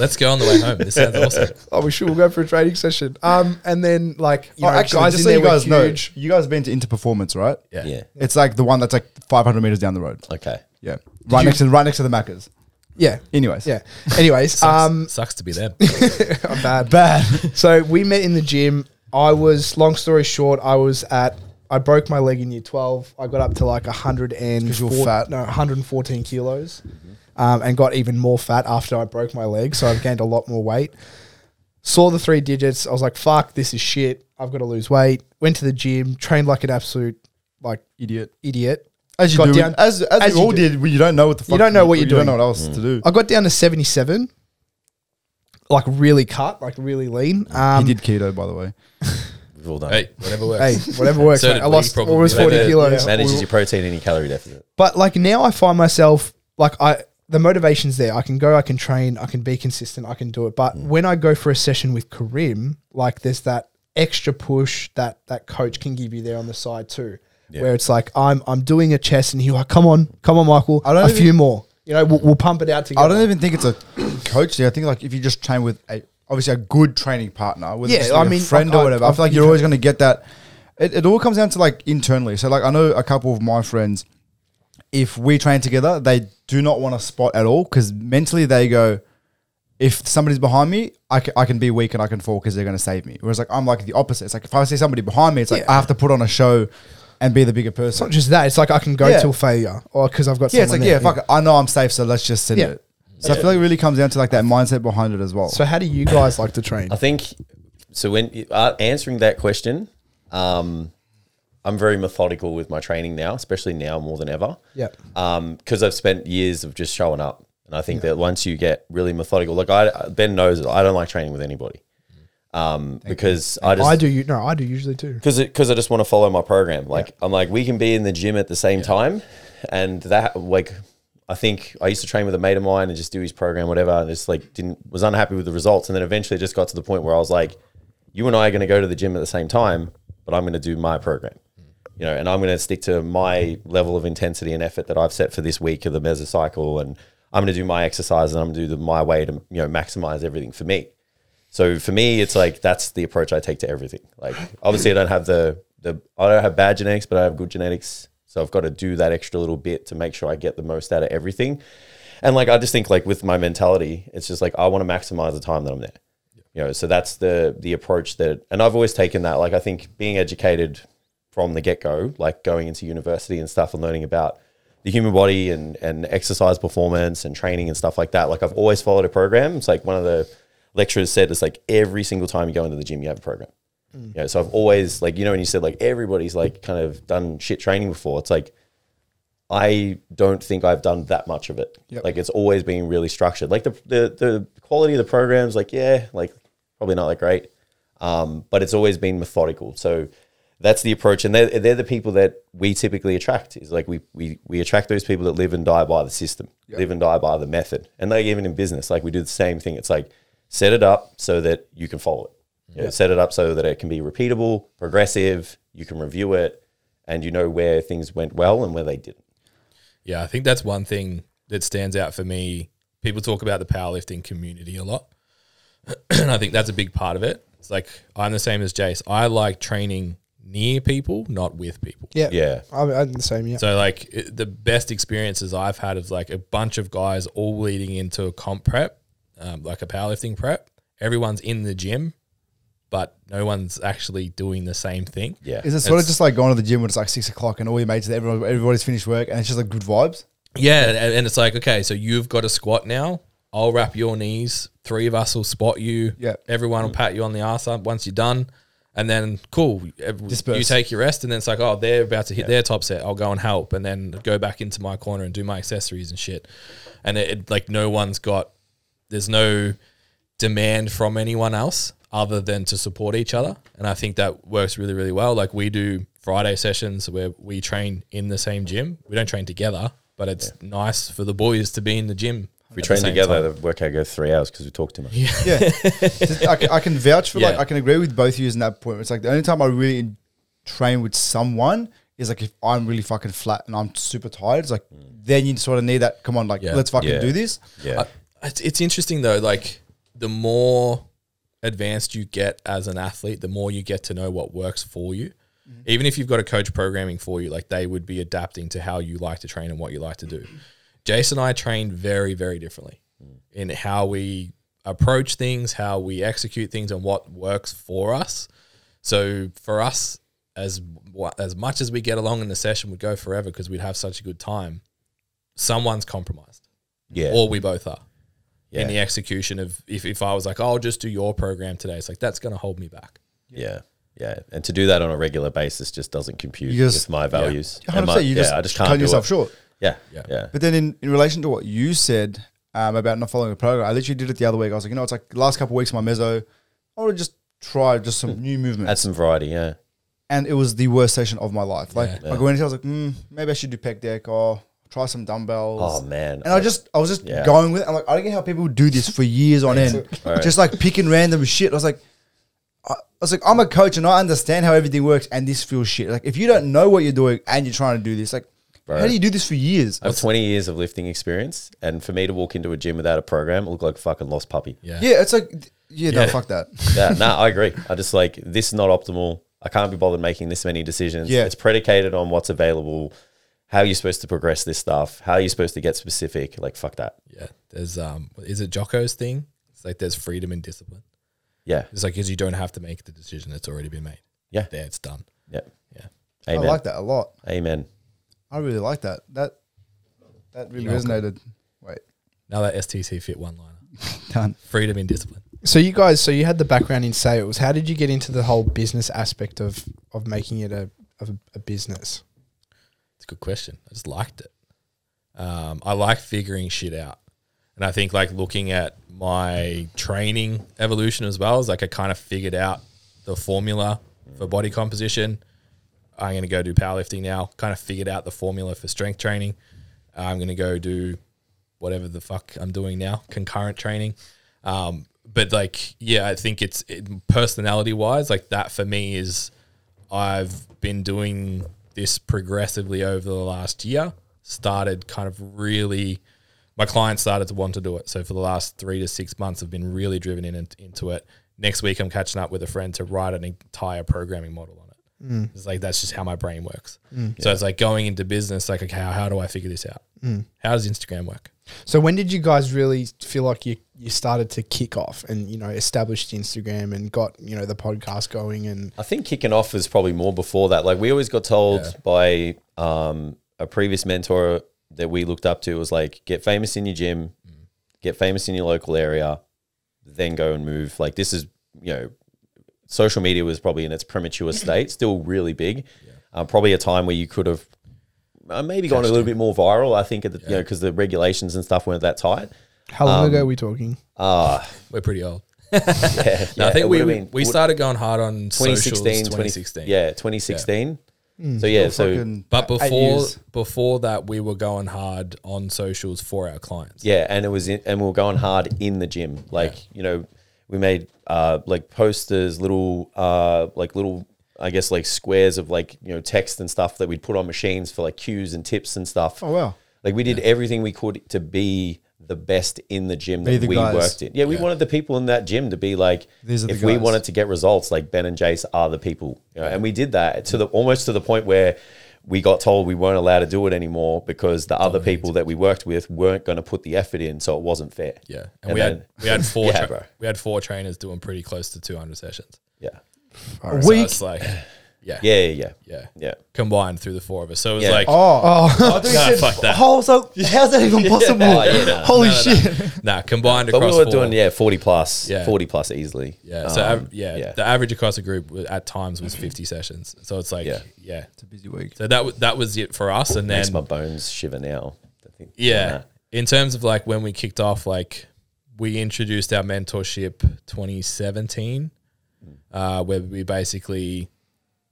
Speaker 4: Let's go on the way home. This sounds awesome.
Speaker 5: oh we should we'll go for a training session um and then like you
Speaker 2: oh,
Speaker 5: know,
Speaker 2: actually,
Speaker 5: guys
Speaker 2: just
Speaker 5: in
Speaker 2: so
Speaker 5: there
Speaker 2: you guys
Speaker 5: were
Speaker 2: know,
Speaker 5: huge
Speaker 2: you guys been to Interperformance, right?
Speaker 5: Oh.
Speaker 4: Yeah.
Speaker 3: yeah.
Speaker 2: It's like the one that's like 500 meters down the road.
Speaker 3: Okay.
Speaker 2: Yeah, right
Speaker 5: you-
Speaker 2: next to right next to the Macca's.
Speaker 5: yeah
Speaker 2: Anyways,
Speaker 5: yeah anyways
Speaker 4: Sucks,
Speaker 5: um
Speaker 4: sucks to be them.
Speaker 5: I'm bad
Speaker 2: bad.
Speaker 5: so we met in the gym. I was long story short, I was at I broke my leg in year twelve. I got up to like hundred and
Speaker 2: 'Cause you were fat.
Speaker 5: no, hundred and fourteen kilos, um, and got even more fat after I broke my leg. So I've gained a lot more weight. Saw the three digits. I was like, "Fuck, this is shit. I've got to lose weight." Went to the gym, trained like an absolute like
Speaker 2: Idiot.
Speaker 5: idiot.
Speaker 2: As you
Speaker 5: got
Speaker 2: do,
Speaker 5: down-
Speaker 2: as as,
Speaker 5: as
Speaker 2: we
Speaker 5: you
Speaker 2: all
Speaker 5: do.
Speaker 2: did, we, you don't know what the fuck
Speaker 5: don't know what you're
Speaker 2: You don't know
Speaker 5: doing. Mm.
Speaker 2: what else to do.
Speaker 5: I got down to 77, like really cut, like really lean. Um,
Speaker 2: he did keto, by the way.
Speaker 3: We've all done.
Speaker 4: Hey, whatever works.
Speaker 5: Hey, whatever works.
Speaker 4: So
Speaker 5: mate.
Speaker 4: did
Speaker 5: I
Speaker 4: we
Speaker 5: lost
Speaker 4: probably.
Speaker 5: almost
Speaker 4: Yeah.
Speaker 5: 40
Speaker 3: Yeah.
Speaker 5: kilos.
Speaker 3: Manages your protein and your calorie deficit.
Speaker 5: But like now I find myself like I the motivation's there. I can go, I can train, I can be consistent, I can do it.
Speaker 2: Mm.
Speaker 5: But when I go for a session with Karim, like there's that extra push that that coach can give you there on the side too. Where it's like I'm I'm doing a chest and he's like, come on, come on, Michael,
Speaker 2: don't
Speaker 5: a
Speaker 2: even-
Speaker 5: few more. You know, we'll, we'll pump it out together.
Speaker 2: I don't even think it's a coach thing. I think like if you just train with a obviously a good training partner, whether
Speaker 5: Yeah,
Speaker 2: it's like
Speaker 5: I mean,
Speaker 2: a friend
Speaker 5: I-
Speaker 2: or whatever. I,
Speaker 5: I-
Speaker 2: feel like you're always going to get that. It, it all comes down to like internally. So like I know a couple of my friends, if we train together, they do not want a spot at all because mentally they go, if somebody's behind me, I ca- I can be weak and I can fall because they're going to save me. Whereas like I'm like the opposite. It's like if I see somebody behind me, it's like I have to put on a show and be the bigger person.
Speaker 5: Not just that, it's like I can go
Speaker 2: Yeah.
Speaker 5: till failure or because I've got
Speaker 2: Yeah, it's like
Speaker 5: someone
Speaker 2: yeah,
Speaker 5: there.
Speaker 2: fuck it. I know I'm safe, so let's just send
Speaker 5: Yeah.
Speaker 2: it. So I feel like it really comes down to like that mindset behind it as well.
Speaker 5: So how do you guys like to train?
Speaker 3: I think so. When you are answering that question, um, I'm very methodical with my training now, especially now more than ever.
Speaker 5: Yeah.
Speaker 3: because um, I've spent years of just showing up, and I think that once you get really methodical, like I Ben knows, I don't like training with anybody, um, because I just
Speaker 5: I do you no, I do usually too.
Speaker 3: because because I just want to follow my program. Like I'm like we can be in the gym at the same time, and that like I think I used to train with a mate of mine and just do his program, whatever. And just like didn't was unhappy with the results, and then eventually it just got to the point where I was like, you and I are going to go to the gym at the same time, but I'm going to do my program. You know, and I'm going to stick to my level of intensity and effort that I've set for this week of the mesocycle, and I'm going to do my exercise and I'm going to do the, my way to you know maximize everything for me. So for me, it's like that's the approach I take to everything. Like obviously, I don't have the the I don't have bad genetics, but I have good genetics. So I've got to do that extra little bit to make sure I get the most out of everything. And like I just think like with my mentality, it's just like I want to maximize the time that I'm there. You know, so that's the the approach that, and I've always taken that. Like I think being educated from the get go, like going into university and stuff and learning about the human body and and exercise performance and training and stuff like that. Like I've always followed a program. It's like one of the lecturers said it's like every single time you go into the gym you have a program. You know, so I've always like you know when you said like everybody's like kind of done shit training before. It's like I don't think I've done that much of it. Like it's always been really structured. Like the, the the quality of the programs, like yeah, like probably not that great, um, but it's always been methodical. So that's the approach, and they're, they're the people that we typically attract. Is like we we we attract those people that live and die by the system, live and die by the method, and like even in business, like we do the same thing. It's like set it up so that you can follow it. You know, Set it up so that it can be repeatable, progressive. You can review it, and you know where things went well and where they didn't.
Speaker 4: Yeah, I think that's one thing that stands out for me. People talk about the powerlifting community a lot. and I think that's a big part of it. It's like I'm the same as Jace. I like training near people, not with people.
Speaker 5: Yeah.
Speaker 3: Yeah.
Speaker 5: I'm, I'm the same, yeah.
Speaker 4: So like it, the best experiences I've had is like a bunch of guys all leading into a comp prep, um, like a powerlifting prep. Everyone's in the gym, but no one's actually doing the same thing.
Speaker 3: Yeah.
Speaker 2: Is it sort of just like going to the gym when it's like six o'clock and all your mates, everyone, everybody's finished work, and it's just like good vibes?
Speaker 4: Yeah, and, and it's like, okay, so you've got a squat now. I'll wrap your knees. Three of us will spot you.
Speaker 2: Yeah.
Speaker 4: Everyone will pat you on the ass up once you're done. And then, cool, ev- you
Speaker 2: Disperse.
Speaker 4: take your rest. And then it's like, oh, they're about to hit their top set. I'll go and help. And then go back into my corner and do my accessories and shit. And it, it like, no one's got, there's no demand from anyone else other than to support each other. And I think that works really, really well. Like we do Friday sessions where we train in the same gym. We don't train together, but it's nice for the boys to be in the gym.
Speaker 3: we train together, the workout goes three hours because we talk too much. Yeah.
Speaker 2: Yeah, Just- I, can- I can vouch for like
Speaker 4: Yeah.
Speaker 2: I can agree with both of you in that point. It's like the only time I really train with someone is like if I'm really fucking flat and I'm super tired. It's like then you sort of need that. Come on, like
Speaker 4: Yeah.
Speaker 2: let's fucking
Speaker 3: Yeah.
Speaker 2: do this.
Speaker 3: Yeah.
Speaker 4: It's, it's interesting though, like the more advanced you get as an athlete, the more you get to know what works for you. Even if you've got a coach programming for you, like they would be adapting to how you like to train and what you like to do. Jason and I train very, very differently in how we approach things, how we execute things, and what works for us. So for us, as wa- as much as we get along in the session, would go forever because we'd have such a good time. Someone's compromised,
Speaker 3: Yeah.
Speaker 4: or we both are
Speaker 3: yeah.
Speaker 4: in "Oh, the execution of if, if I was like, I'll just do your program today, it's like that's gonna hold me back.
Speaker 3: yeah. Yeah, and to do that on a regular basis just doesn't compute
Speaker 2: You just-
Speaker 3: with my values.
Speaker 2: Hundred
Speaker 3: And my-
Speaker 2: percent. You
Speaker 3: yeah,
Speaker 2: just,
Speaker 3: I just can't
Speaker 2: cut
Speaker 3: do
Speaker 2: yourself
Speaker 3: it.
Speaker 2: short.
Speaker 3: Yeah,
Speaker 4: Yeah.
Speaker 3: yeah, yeah.
Speaker 2: But then in, in relation to what you said um, about not following a program, I literally did it the other week. I was like, you know, it's like the last couple of weeks of my mezzo, I want to just try just some new movements.
Speaker 3: Add some variety. Yeah,
Speaker 2: and it was the worst session of my life. Like
Speaker 4: Yeah.
Speaker 2: I go in here, I was like, mm, maybe I should do pec deck or try some dumbbells.
Speaker 3: Oh, man.
Speaker 2: And I just I was just
Speaker 3: Yeah.
Speaker 2: going with it. I'm like, I don't get how people do this for years on end,
Speaker 3: Right.
Speaker 2: just like picking random shit. I was like. I I was like, I'm a coach and I understand how everything works, and this feels shit. Like, if you don't know what you're doing and you're trying to do this, like, how
Speaker 3: Right.
Speaker 2: do you do this for years?
Speaker 3: I have 20 years of lifting experience, and for me to walk into a gym without a program, it looked like a fucking lost puppy.
Speaker 4: Yeah.
Speaker 2: Yeah, it's like, yeah, no,
Speaker 4: Yeah.
Speaker 2: fuck that.
Speaker 3: Yeah, no, I agree. I just like this is not optimal. I can't be bothered making this many decisions.
Speaker 2: Yeah.
Speaker 3: It's predicated on what's available, how you're supposed to progress this stuff, how you're supposed to get specific. Like fuck that.
Speaker 4: Yeah. There's um is it Jocko's thing? It's like there's freedom and discipline.
Speaker 3: Yeah.
Speaker 4: It's like because you don't have to make the decision that's already been made.
Speaker 3: Yeah.
Speaker 4: There it's done.
Speaker 3: Yeah.
Speaker 4: Yeah.
Speaker 2: I
Speaker 3: Amen.
Speaker 2: like that a lot.
Speaker 3: Amen.
Speaker 2: I really like that. That that really
Speaker 4: You're welcome.
Speaker 2: resonated. Wait,
Speaker 4: Now that STC fit one liner.
Speaker 2: done.
Speaker 4: Freedom and discipline.
Speaker 5: So you guys, so you had the background in sales. How did you get into the whole business aspect of of making it a of a, a business?
Speaker 4: It's a good question. I just liked it. Um, I like figuring shit out. And I think like looking at my training evolution as well is like I kind of figured out the formula for body composition. I'm going to go do powerlifting now. Kind of figured out the formula for strength training. I'm going to go do whatever the fuck I'm doing now, concurrent training. Um, but like, yeah, I think it's it, personality wise, like that for me is I've been doing this progressively over the last year. Started kind of really, my clients started to want to do it. So for the last three to six months, I've been really driven in, into it. Next week, I'm catching up with a friend to write an entire programming model on it.
Speaker 2: Mm.
Speaker 4: It's like that's just how my brain works. So it's like going into business, like okay, how, how do I figure this out?
Speaker 2: Mm.
Speaker 4: How does Instagram work?
Speaker 5: So when did you guys really feel like you you started to kick off and you know established Instagram and got you know the podcast going and
Speaker 3: I think kicking off was probably more before that. Like we always got told by um, a previous mentor that we looked up to was like, get famous in your gym, get famous in your local area, then go and move. Like this is, you know, social media was probably in its premature state, still really big. Uh, probably a time where you could have uh, maybe gone a little bit more viral. I think at the, you know because the regulations and stuff weren't that tight.
Speaker 5: how long ago are we talking?
Speaker 3: Uh,
Speaker 4: We're pretty old.
Speaker 3: yeah,
Speaker 4: No, I
Speaker 3: yeah,
Speaker 4: think
Speaker 3: it
Speaker 4: we
Speaker 3: would've been-
Speaker 4: we started going hard on 2016,
Speaker 3: 2016,
Speaker 4: 2016.
Speaker 3: 20, yeah, 2016. So yeah, so
Speaker 2: Hmm. Fucking
Speaker 4: But
Speaker 2: eight
Speaker 4: before
Speaker 2: years.
Speaker 4: before that, we were going hard on socials for our clients.
Speaker 3: Yeah, and it was in, and we were going hard in the gym. Like you know, we made uh, like posters, little uh, like little I guess like squares of like you know text and stuff that we'd put on machines for like cues and tips and stuff.
Speaker 2: oh wow,
Speaker 3: Like we did everything we could to be the best in the gym that
Speaker 2: the
Speaker 3: we
Speaker 2: guys.
Speaker 3: worked in. Yeah, we wanted the people in that gym to be like,
Speaker 2: These are the
Speaker 3: if we
Speaker 2: guys.
Speaker 3: wanted to get results, like Ben and Jace are the people. You know, and we did that to the almost to the point where we got told we weren't allowed to do it anymore because the other people that we worked with weren't going to put the effort in, so it wasn't fair.
Speaker 4: Yeah, and,
Speaker 3: And
Speaker 4: we
Speaker 3: then-
Speaker 4: had we had four
Speaker 3: Yeah,
Speaker 4: tra-
Speaker 3: bro.
Speaker 4: we had four trainers doing pretty close to 200 sessions.
Speaker 3: yeah,
Speaker 5: A
Speaker 4: So
Speaker 5: week.
Speaker 4: it's like, yeah,
Speaker 3: yeah, yeah, yeah, yeah.
Speaker 4: yeah, combined through the four of us. So it was
Speaker 3: Yeah.
Speaker 4: like,
Speaker 2: Oh,
Speaker 4: nah, fuck that,
Speaker 2: oh, so how's that even possible?
Speaker 3: Oh, yeah, no, no.
Speaker 2: Holy shit!
Speaker 4: nah, combined
Speaker 3: But
Speaker 4: across.
Speaker 3: we were
Speaker 4: four.
Speaker 3: doing yeah, forty plus,
Speaker 4: Yeah.
Speaker 3: forty plus easily.
Speaker 4: Yeah, so
Speaker 3: Um,
Speaker 4: av- yeah,
Speaker 3: yeah.
Speaker 4: the average across the group wa- at times was 50 sessions. So it's like, yeah,
Speaker 3: Yeah.
Speaker 2: It's a busy week.
Speaker 4: So that w- that was it for us, and
Speaker 3: makes
Speaker 4: then
Speaker 3: my bones shiver now. I think,
Speaker 4: yeah, in terms of like when we kicked off, like we introduced our mentorship 2017, uh, where we basically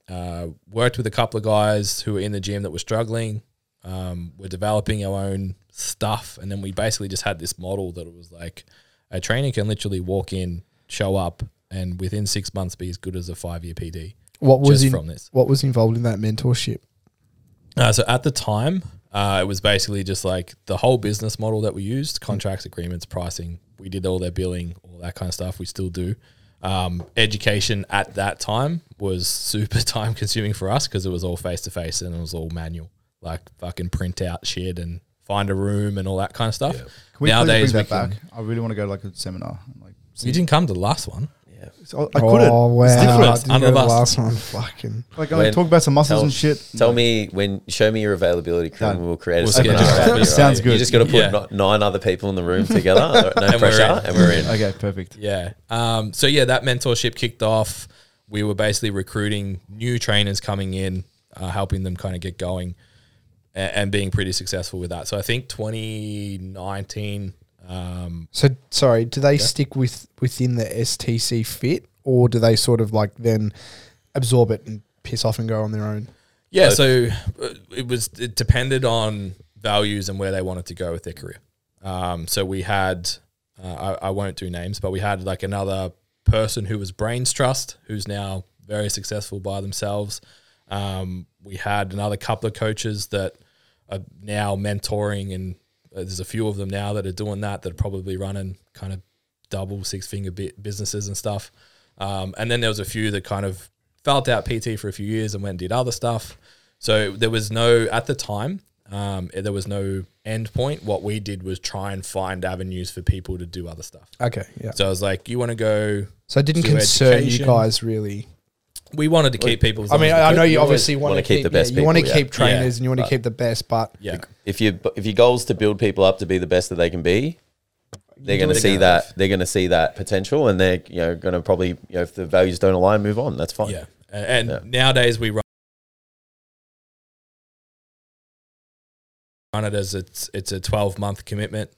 Speaker 4: uh, worked with a couple of guys who were in the gym that were struggling. Um, we're developing our own stuff, and then we basically just had this model that it was like a trainer can literally walk in, show up, and within six months be as good as a five year PD.
Speaker 5: What was
Speaker 4: just
Speaker 5: in,
Speaker 4: from this?
Speaker 5: what was involved in that mentorship?
Speaker 4: Uh, so at the time, uh, it was basically just like the whole business model that we used contracts, agreements, pricing. We did all their billing, all that kind of stuff. We still do. Um, education at that time was super time consuming for us because it was all face to face and it was all manual, like fucking print out shit and find a room and all that kind of stuff.
Speaker 2: Can we Nowadays,
Speaker 4: Nowadays, we
Speaker 2: bring that
Speaker 4: can,
Speaker 2: back? I really want to go to like a seminar. and, Like, see.
Speaker 4: you didn't come to the last one.
Speaker 2: So I, I couldn't.
Speaker 5: Oh wow!
Speaker 2: It's different.
Speaker 5: I
Speaker 4: different.
Speaker 5: didn't go to the
Speaker 4: Unlabust.
Speaker 5: last one. Fucking.
Speaker 2: Like, I like,
Speaker 3: When-
Speaker 2: talk about some muscles
Speaker 3: Tell-
Speaker 2: and shit.
Speaker 3: Tell me when. Show me your availability, Chris,
Speaker 2: Done.
Speaker 3: and we'll create a
Speaker 4: We'll
Speaker 3: seminar.
Speaker 4: schedule
Speaker 3: around
Speaker 4: it.
Speaker 3: you,
Speaker 2: Sounds
Speaker 3: You
Speaker 2: good.
Speaker 3: just got to put
Speaker 4: Yeah.
Speaker 3: no- nine other people in the room together. No, no
Speaker 4: we're
Speaker 3: pressure,
Speaker 4: in.
Speaker 3: and we're in.
Speaker 2: Okay, perfect.
Speaker 4: Yeah. Um, so yeah, that mentorship kicked off. we were basically recruiting new trainers coming in, uh, helping them kind of get going and, and being pretty successful with that. So I think 2019, um,
Speaker 5: So sorry, do they stick with within the STC fit, or do they sort of like then absorb it and piss off and go on their own?
Speaker 4: yeah, so uh, it was, it depended on values and where they wanted to go with their career. Um, so we had, uh, I, I won't do names, but we had like another person who was Brains Trust, who's now very successful by themselves. Um, we had another couple of coaches that are now mentoring, and uh, there's a few of them now that are doing that that are probably running kind of double six finger bit businesses and stuff. Um, and then there was a few that kind of felt out PT for a few years and went and did other stuff. So there was no at the time. Um, there was no end point. What we did was try and find avenues for people to do other stuff.
Speaker 5: Okay, yeah.
Speaker 4: So I was like, you want to go?
Speaker 5: So it didn't
Speaker 4: So
Speaker 5: concern
Speaker 4: education-
Speaker 5: you guys really.
Speaker 4: We wanted to keep people. as
Speaker 5: I
Speaker 4: long
Speaker 5: mean,
Speaker 4: as we
Speaker 5: I
Speaker 4: could.
Speaker 5: know you
Speaker 3: always
Speaker 5: obviously want
Speaker 3: wanna
Speaker 5: to
Speaker 3: keep
Speaker 5: keep,
Speaker 3: the best
Speaker 5: yeah, you want to
Speaker 3: people, yeah.
Speaker 5: keep trainers
Speaker 4: Yeah.
Speaker 5: and you want to keep the best, but
Speaker 4: yeah.
Speaker 3: if you if your goal is to build people up to be the best that they can be, they're going to see that they're going to see that potential, and they're you know going to probably you know if the values don't align, move on. That's fine.
Speaker 4: Yeah. And, and
Speaker 3: Yeah.
Speaker 4: nowadays we run run it as it's it's a 12 month commitment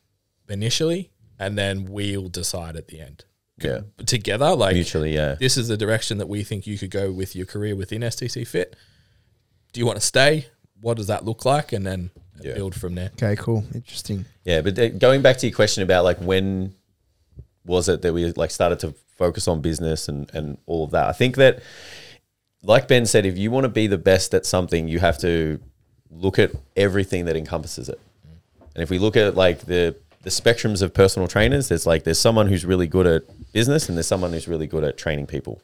Speaker 4: initially and then we'll decide at the end
Speaker 3: yeah,
Speaker 4: together like
Speaker 3: mutually. Yeah,
Speaker 4: this is the direction that we think you could go with your career within STC fit. Do you want to stay? What does that look like and then
Speaker 3: Yeah.
Speaker 4: build from there.
Speaker 5: okay, cool, interesting.
Speaker 3: yeah. But th- going back to your question about like when was it that we like started to focus on business and and all of that, I think that like Ben said, if you want to be the best at something, you have to look at everything that encompasses it. And if we look at like the the spectrums of personal trainers, there's like there's someone who's really good at business and there's someone who's really good at training people.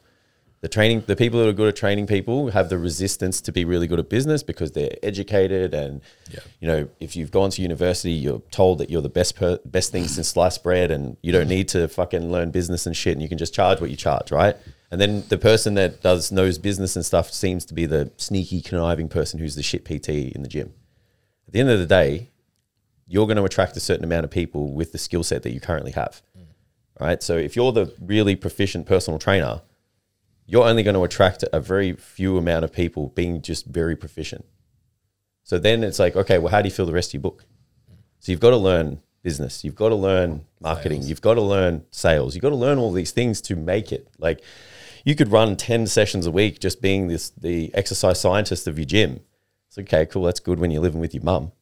Speaker 3: The training the people that are good at training people have the resistance to be really good at business because they're educated and
Speaker 4: Yeah.
Speaker 3: you know, if you've gone to university, you're told that you're the best per, best thing since sliced bread and you don't need to fucking learn business and shit and you can just charge what you charge, right? And then the person that does knows business and stuff seems to be the sneaky conniving person who's the shit PT in the gym. At the end of the day, you're going to attract a certain amount of people with the skill set that you currently have. Right? So if you're the really proficient personal trainer, you're only going to attract a very few amount of people being just very proficient. So then it's like, okay, well, how do you fill the rest of your book? So you've got to learn business, you've got to learn marketing, you've got to learn sales, you've got to learn all these things to make it. Like you could run 10 sessions a week just being this the exercise scientist of your gym. It's okay, cool, that's good when you're living with your mum.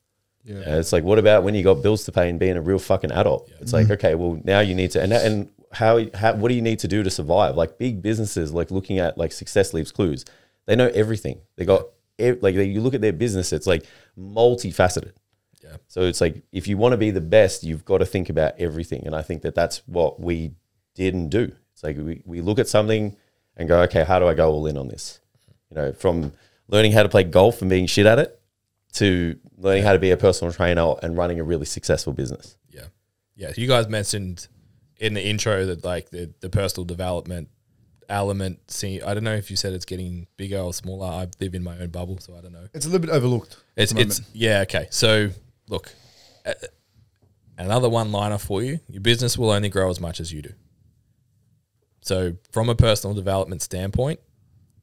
Speaker 3: Yeah. It's like, what about when you got bills to pay and being a real fucking adult? It's like, okay, well, now you need to, and, and how, how, what do you need to do to survive? Like big businesses, like looking at like success leaves clues, they know everything. They got, ev- like, they, you look at their business, it's like multifaceted.
Speaker 4: Yeah.
Speaker 3: So it's like, if you want to be the best, you've got to think about everything. And I think that that's what we didn't do. It's like, we, we look at something and go, okay, how do I go all in on this? You know, from learning how to play golf and being shit at it to learning how to be a personal trainer and running a really successful business.
Speaker 4: Yeah. Yeah. You guys mentioned in the intro that like the, the personal development element see I don't know if you said it's getting bigger or smaller. I live in my own bubble, so I don't know.
Speaker 2: It's a little bit overlooked. at
Speaker 4: It's
Speaker 2: the moment.
Speaker 4: it's yeah, okay. So look. uh, Another one liner for you. Your business will only grow as much as you do. So from a personal development standpoint,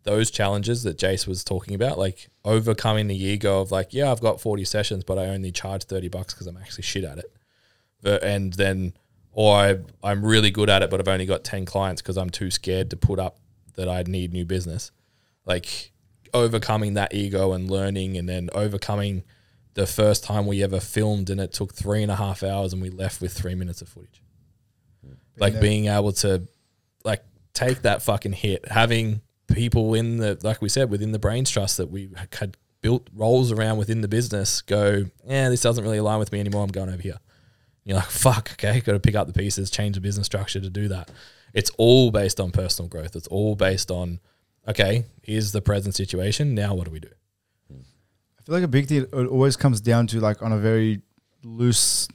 Speaker 4: those challenges that Jace was talking about, like overcoming the ego of like, yeah, I've got 40 sessions, but I only charge 30 bucks because I'm actually shit at it. But, uh, and then, or I, I'm really good at it, but I've only got 10 clients because I'm too scared to put up that I need new business. Like overcoming that ego and learning and then overcoming the first time we ever filmed and it took three and a half hours and we left with three minutes of footage. Like being able to like take that fucking hit. Having people in the like we said within the brains trust that we had built roles around within the business go, yeah, this doesn't really align with me anymore. I'm going over here. You're like, fuck, okay, got to pick up the pieces, change the business structure to do that. It's all based on personal growth. It's all based on, okay, here's the present situation. Now what do we do?
Speaker 2: I feel like a big deal. It always comes down to like on a very loose,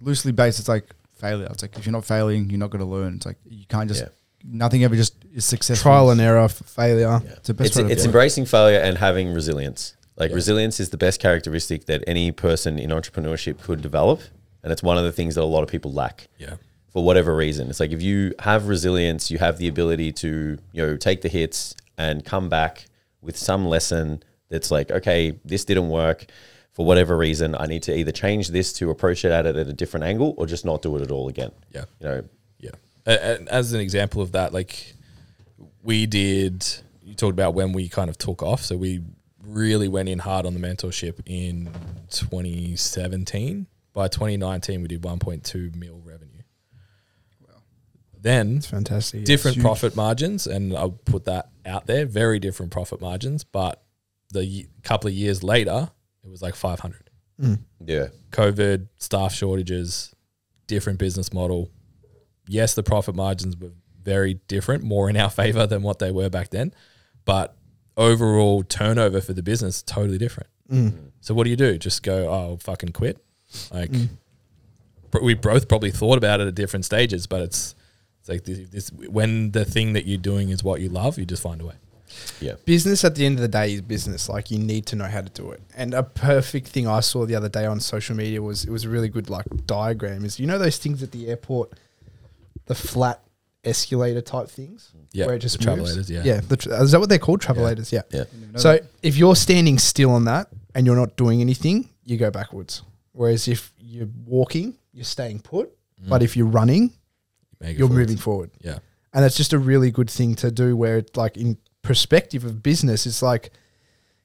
Speaker 2: loosely based. It's like failure. It's like if you're not failing, you're not going to learn. It's like you can't just
Speaker 3: Yeah.
Speaker 2: nothing ever just is successful.
Speaker 5: Trial and error, f- failure.
Speaker 2: It's the best
Speaker 3: It's,
Speaker 2: way to
Speaker 3: it's
Speaker 2: put it.
Speaker 3: embracing failure and having resilience. Like
Speaker 4: Yeah.
Speaker 3: resilience is the best characteristic that any person in entrepreneurship could develop. And it's one of the things that a lot of people lack.
Speaker 4: Yeah.
Speaker 3: for whatever reason. It's like if you have resilience, you have the ability to, you know, take the hits and come back with some lesson that's like, okay, this didn't work for whatever reason. I need to either change this to approach it at it at a different angle or just not do it at all again.
Speaker 4: Yeah.
Speaker 3: You know,
Speaker 4: Yeah. A- And as an example of that, like we did, you talked about when we kind of took off. So we really went in hard on the mentorship in 2017. By 2019, we did 1.2 mil revenue. Then
Speaker 5: It's fantastic.
Speaker 4: different
Speaker 5: It's huge.
Speaker 4: profit margins, and I'll put that out there. Very different profit margins, but the y- couple of years later, it was like 500.
Speaker 3: yeah.
Speaker 4: COVID, staff shortages, different business model. Yes, the profit margins were very different, more in our favor than what they were back then, but overall turnover for the business totally different.
Speaker 5: Mm.
Speaker 4: So what do you do? Just go, oh, I'll fucking quit. Like bro- we both probably thought about it at different stages, but it's it's like this, this when the thing that you're doing is what you love, you just find a way.
Speaker 5: business at the end of the day is business. Like you need to know how to do it. And a perfect thing I saw the other day on social media was it was a really good like diagram. Is you know those things at the airport, the flat escalator type things.
Speaker 4: Yeah,
Speaker 5: where it just
Speaker 4: the travel laters,
Speaker 5: moves?
Speaker 4: yeah.
Speaker 5: yeah. The tr is that what they're called? Travelators, yeah.
Speaker 3: Yeah.
Speaker 5: So if you're standing still on that and you're not doing anything, you go backwards. Whereas if you're walking, you're staying put.
Speaker 4: Mm.
Speaker 5: But if you're running,
Speaker 4: Make it
Speaker 5: you're
Speaker 4: forward.
Speaker 5: moving forward
Speaker 4: Yeah.
Speaker 5: and that's just a really good thing to do where it's like in perspective of business it's like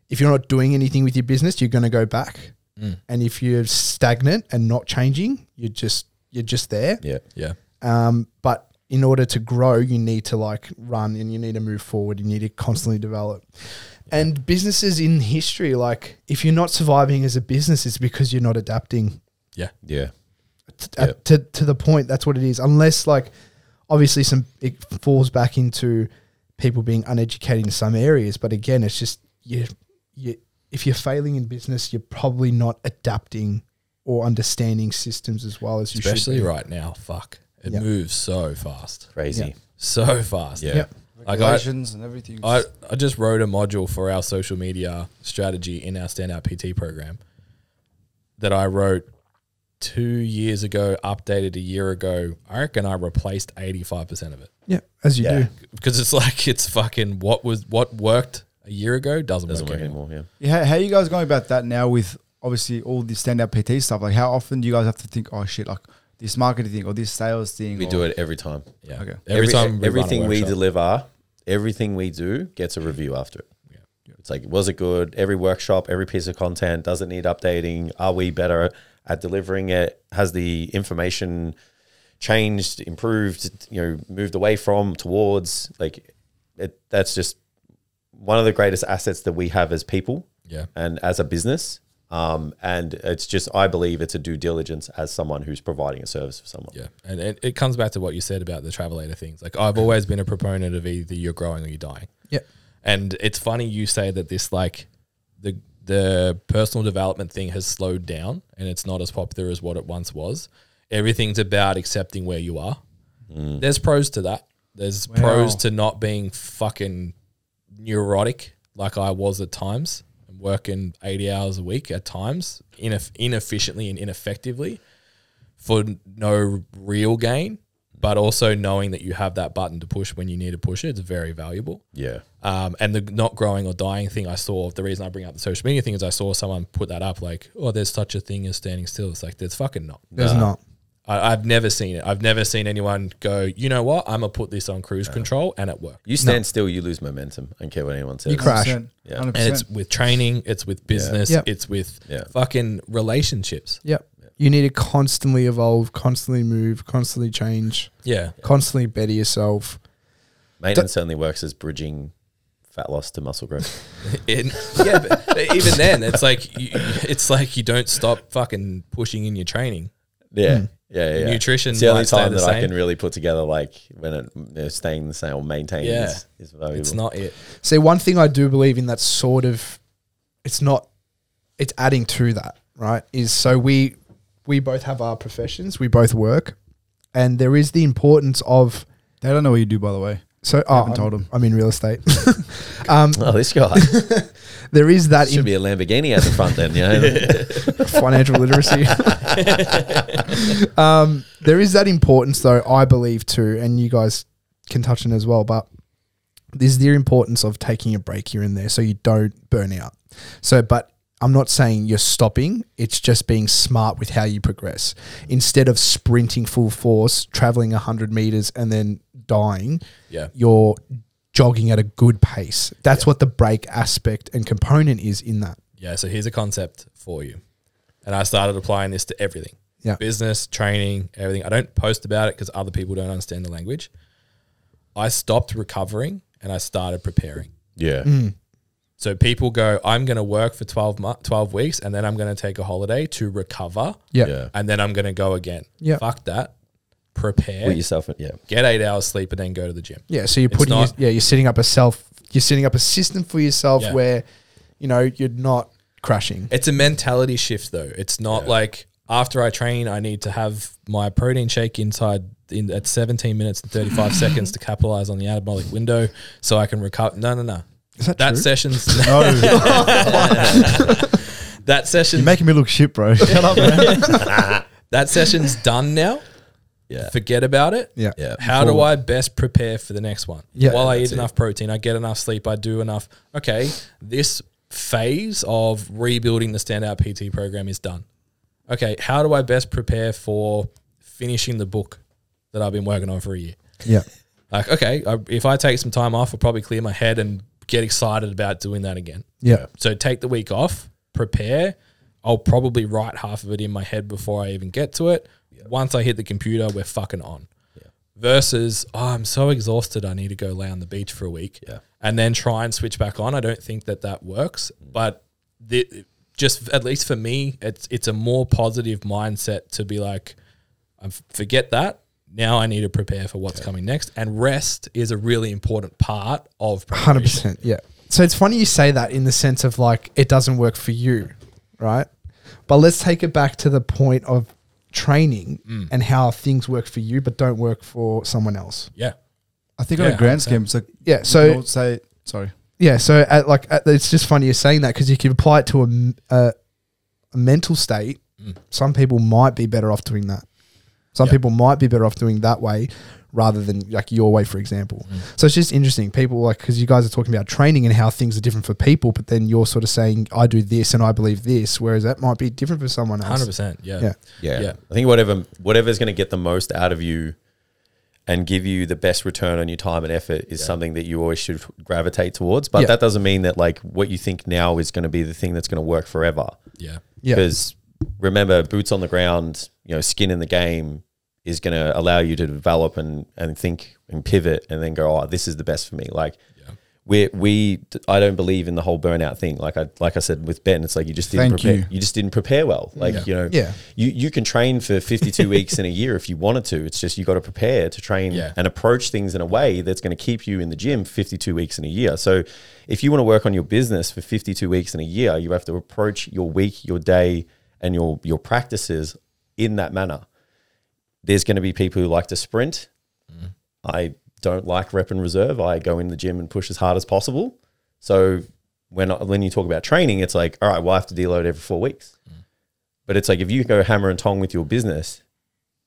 Speaker 5: if you're not doing anything with your business you're going to go back and if you're stagnant and not changing you're just you're just there
Speaker 3: Yeah.
Speaker 4: Yeah.
Speaker 5: um, but in order to grow you need to like run and you need to move forward you need to constantly develop and businesses in history like if you're not surviving as a business it's because you're not adapting
Speaker 4: Yeah.
Speaker 3: Yeah.
Speaker 5: t- uh, to to the point. That's what it is. Unless like obviously some it falls back into people being uneducated in some areas, but again, it's just you you if you're failing in business, you're probably not adapting or understanding systems as well as you
Speaker 4: Especially
Speaker 5: should. be.
Speaker 4: right now, fuck. It
Speaker 5: Yeah.
Speaker 4: moves so fast.
Speaker 3: Crazy.
Speaker 4: so fast.
Speaker 3: Yeah.
Speaker 5: Yep.
Speaker 4: Like I,
Speaker 2: Regulations and everything.
Speaker 4: I, I just wrote a module for our social media strategy in our Standout PT program that I wrote two years ago, updated a year ago. I reckon I replaced 85% of it
Speaker 5: Yeah, as you
Speaker 3: Yeah.
Speaker 5: do.
Speaker 4: because it's like, it's fucking what was, what worked a year ago doesn't,
Speaker 3: Doesn't
Speaker 4: work
Speaker 3: work
Speaker 4: anymore.
Speaker 3: anymore. Yeah.
Speaker 2: Yeah, how, how are you guys going about that now with obviously all the standout PT stuff? Like, how often do you guys have to think, oh shit, like this marketing thing or this sales thing?
Speaker 3: We
Speaker 2: or,
Speaker 3: do it every time.
Speaker 4: Yeah.
Speaker 2: Okay.
Speaker 4: Every, time we
Speaker 3: e- everything we
Speaker 4: deliver.
Speaker 3: deliver, everything we do gets a review after it. It's like, was it good? Every workshop, every piece of content, does it need updating? Are we better at delivering it? Has the information changed, improved, you know, moved away from, towards? Like, it, that's just one of the greatest assets that we have as people
Speaker 4: Yeah.
Speaker 3: and as a business. Um, and it's just, I believe it's a due diligence as someone who's providing a service for someone.
Speaker 4: Yeah. And it, it comes back to what you said about the travelator things. Like I've always been a proponent of either you're growing or you're dying.
Speaker 5: Yeah.
Speaker 4: And it's funny you say that this like the the personal development thing has slowed down and it's not as popular as what it once was. Everything's about accepting where you are. There's pros to that. There's pros to not being fucking neurotic like I was at times and working 80 hours a week at times ineff- inefficiently and ineffectively for no real gain, but also knowing that you have that button to push when you need to push it, it's very valuable.
Speaker 3: Yeah.
Speaker 4: Um, and the not growing or dying thing I saw, the reason I bring up the social media thing is I saw someone put that up like, oh, there's such a thing as standing still. It's like, there's fucking not.
Speaker 5: There's not.
Speaker 4: I, I've never seen it. I've never seen anyone go, you know what? I'm going to put this on cruise control and it worked.
Speaker 3: You stand still, you lose momentum. I don't care what anyone says.
Speaker 5: You crash.
Speaker 2: 100%,
Speaker 3: Yeah.
Speaker 2: 100%.
Speaker 4: And it's with training, it's with business,
Speaker 5: Yep.
Speaker 4: it's with
Speaker 3: Yeah.
Speaker 4: fucking relationships.
Speaker 5: Yeah. You need to constantly evolve, constantly move, constantly change,
Speaker 4: Yeah.
Speaker 5: constantly better yourself.
Speaker 3: Maintenance certainly works as bridging fat loss to muscle growth.
Speaker 4: In, yeah, but even then, it's like you, it's like you don't stop fucking pushing in your training.
Speaker 3: yeah.
Speaker 4: Hmm.
Speaker 3: Yeah, yeah, yeah.
Speaker 4: Nutrition
Speaker 3: It's the only
Speaker 4: might stay
Speaker 3: time
Speaker 4: the
Speaker 3: that I
Speaker 4: same.
Speaker 3: can really put together like when it you know, staying the same or maintaining
Speaker 4: Yeah.
Speaker 3: is, is valuable.
Speaker 4: It's not it.
Speaker 5: See, one thing I do believe in that's sort of, it's not, it's adding to that, right? Is so we, we both have our professions, we both work, and there is the importance of
Speaker 2: they don't know what you do, by the way.
Speaker 5: So
Speaker 2: I
Speaker 5: oh,
Speaker 2: haven't
Speaker 5: I'm,
Speaker 2: told him.
Speaker 5: I'm in real estate.
Speaker 3: Oh, this guy
Speaker 5: There is that
Speaker 3: should
Speaker 5: in
Speaker 3: be a Lamborghini at the front then. You know?
Speaker 5: financial literacy. um, there is that importance, though, I believe, too, and you guys can touch on it as well, but there's the importance of taking a break here and there so you don't burn out. So, but I'm not saying you're stopping, it's just being smart with how you progress. Instead of sprinting full force, traveling 100 meters, and then dying,
Speaker 4: Yeah.
Speaker 5: you're jogging at a good pace. That's what the break aspect and component is in that.
Speaker 4: Yeah, so here's a concept for you. And I started applying this to everything.
Speaker 5: Yeah.
Speaker 4: Business, training, everything. I don't post about it because other people don't understand the language. I stopped recovering and I started preparing.
Speaker 3: yeah.
Speaker 4: Hmm. So people go, I'm going to work for 12, mu- 12 weeks and then I'm going to take a holiday to recover
Speaker 5: Yeah.
Speaker 3: Yeah.
Speaker 4: and then I'm going to go again.
Speaker 5: Yeah.
Speaker 4: Fuck that. Prepare.
Speaker 3: Put yourself in. Yeah.
Speaker 4: get eight hours sleep and then go to the gym.
Speaker 5: Yeah, so you're
Speaker 4: It's
Speaker 5: putting your,
Speaker 4: not-
Speaker 5: yeah, you're setting up a self you're setting up a system for yourself
Speaker 4: Yeah.
Speaker 5: where you know you're not crashing.
Speaker 4: It's a mentality shift though. It's not like after I train, I need to have my protein shake inside in at 17 minutes and 35 seconds to capitalize on the anabolic window so I can recover. No, no, no. Is that
Speaker 5: true?
Speaker 4: session's
Speaker 2: No,
Speaker 4: that
Speaker 2: Oh, you're
Speaker 4: session
Speaker 2: making me look shit, bro. Shut up, man.
Speaker 4: that session's done now.
Speaker 3: Yeah.
Speaker 4: Forget about it.
Speaker 5: Yeah.
Speaker 3: Yeah.
Speaker 4: How do I best prepare for the next one?
Speaker 5: Yeah.
Speaker 4: While I
Speaker 3: That's
Speaker 4: eat
Speaker 3: it.
Speaker 4: enough protein, I get enough sleep, I do enough. Okay, this phase of rebuilding the standout PT program is done. Okay, how do I best prepare for finishing the book that I've been working on for a year?
Speaker 5: Yeah.
Speaker 4: Like, okay, I, if I take some time off, I'll probably clear my head and get excited about doing that again.
Speaker 5: Yeah.
Speaker 4: So take the week off, prepare. I'll probably write half of it in my head before I even get to it. Once I hit the computer, we're fucking on. Versus, oh, I'm so exhausted, I need to go lay on the beach for a week
Speaker 3: Yeah.
Speaker 4: and then try and switch back on. I don't think that that works,
Speaker 5: Mm.
Speaker 4: but the, just at least for me, it's it's a more positive mindset to be like, I f- forget that. Now I need to prepare for what's coming next, and rest is a really important part of preparation.
Speaker 5: Hundred percent. Yeah. So it's funny you say that in the sense of like it doesn't work for you, right? But let's take it back to the point of training
Speaker 2: Mm.
Speaker 5: and how things work for you but don't work for someone else.
Speaker 4: Yeah,
Speaker 2: I think on
Speaker 4: Yeah,
Speaker 2: a grand scheme, it's like
Speaker 5: Yeah.
Speaker 2: you
Speaker 5: So
Speaker 2: can all say sorry.
Speaker 5: yeah, so at like at, it's just funny you're saying that because you can apply it to a, m- a- a mental state.
Speaker 4: Mm.
Speaker 5: Some people might be better off doing that. Some people might be better off doing that way rather than like your way, for example.
Speaker 4: Mm.
Speaker 5: So it's just interesting. People like because you guys are talking about training and how things are different for people, but then you're sort of saying I do this and I believe this, whereas that might be different for someone else.
Speaker 4: hundred percent.
Speaker 5: Yeah.
Speaker 3: Yeah.
Speaker 4: Yeah.
Speaker 3: I think whatever whatever's going to get the most out of you and give you the best return on your time and effort is something that you always should gravitate towards. But
Speaker 5: Yeah.
Speaker 3: that doesn't mean that like what you think now is going to be the thing that's going to work forever.
Speaker 4: Yeah.
Speaker 5: Yeah.
Speaker 3: Because remember, boots on the ground, you know, skin in the game is going to allow you to develop and and think and pivot and then go, oh, this is the best for me. Like. We, we I don't believe in the whole burnout thing. Like I like I said with Ben, it's like you just didn't
Speaker 2: Thank
Speaker 3: prepare.
Speaker 2: you.
Speaker 3: You. just didn't prepare well. Like you know,
Speaker 5: Yeah.
Speaker 3: you you can train for 52 weeks in a year if you wanted to it's just you got to prepare to train
Speaker 4: Yeah.
Speaker 3: and approach things in a way that's going to keep you in the gym 52 weeks in a year so if you want to work on your business for 52 weeks in a year you have to approach your week your day and your your practices in that manner there's going to be people who like to sprint i don't like rep and reserve i go in the gym and push as hard as possible so when when you talk about training it's like all right well i have to deload every 4 weeks but it's like if you go hammer and tong with your business,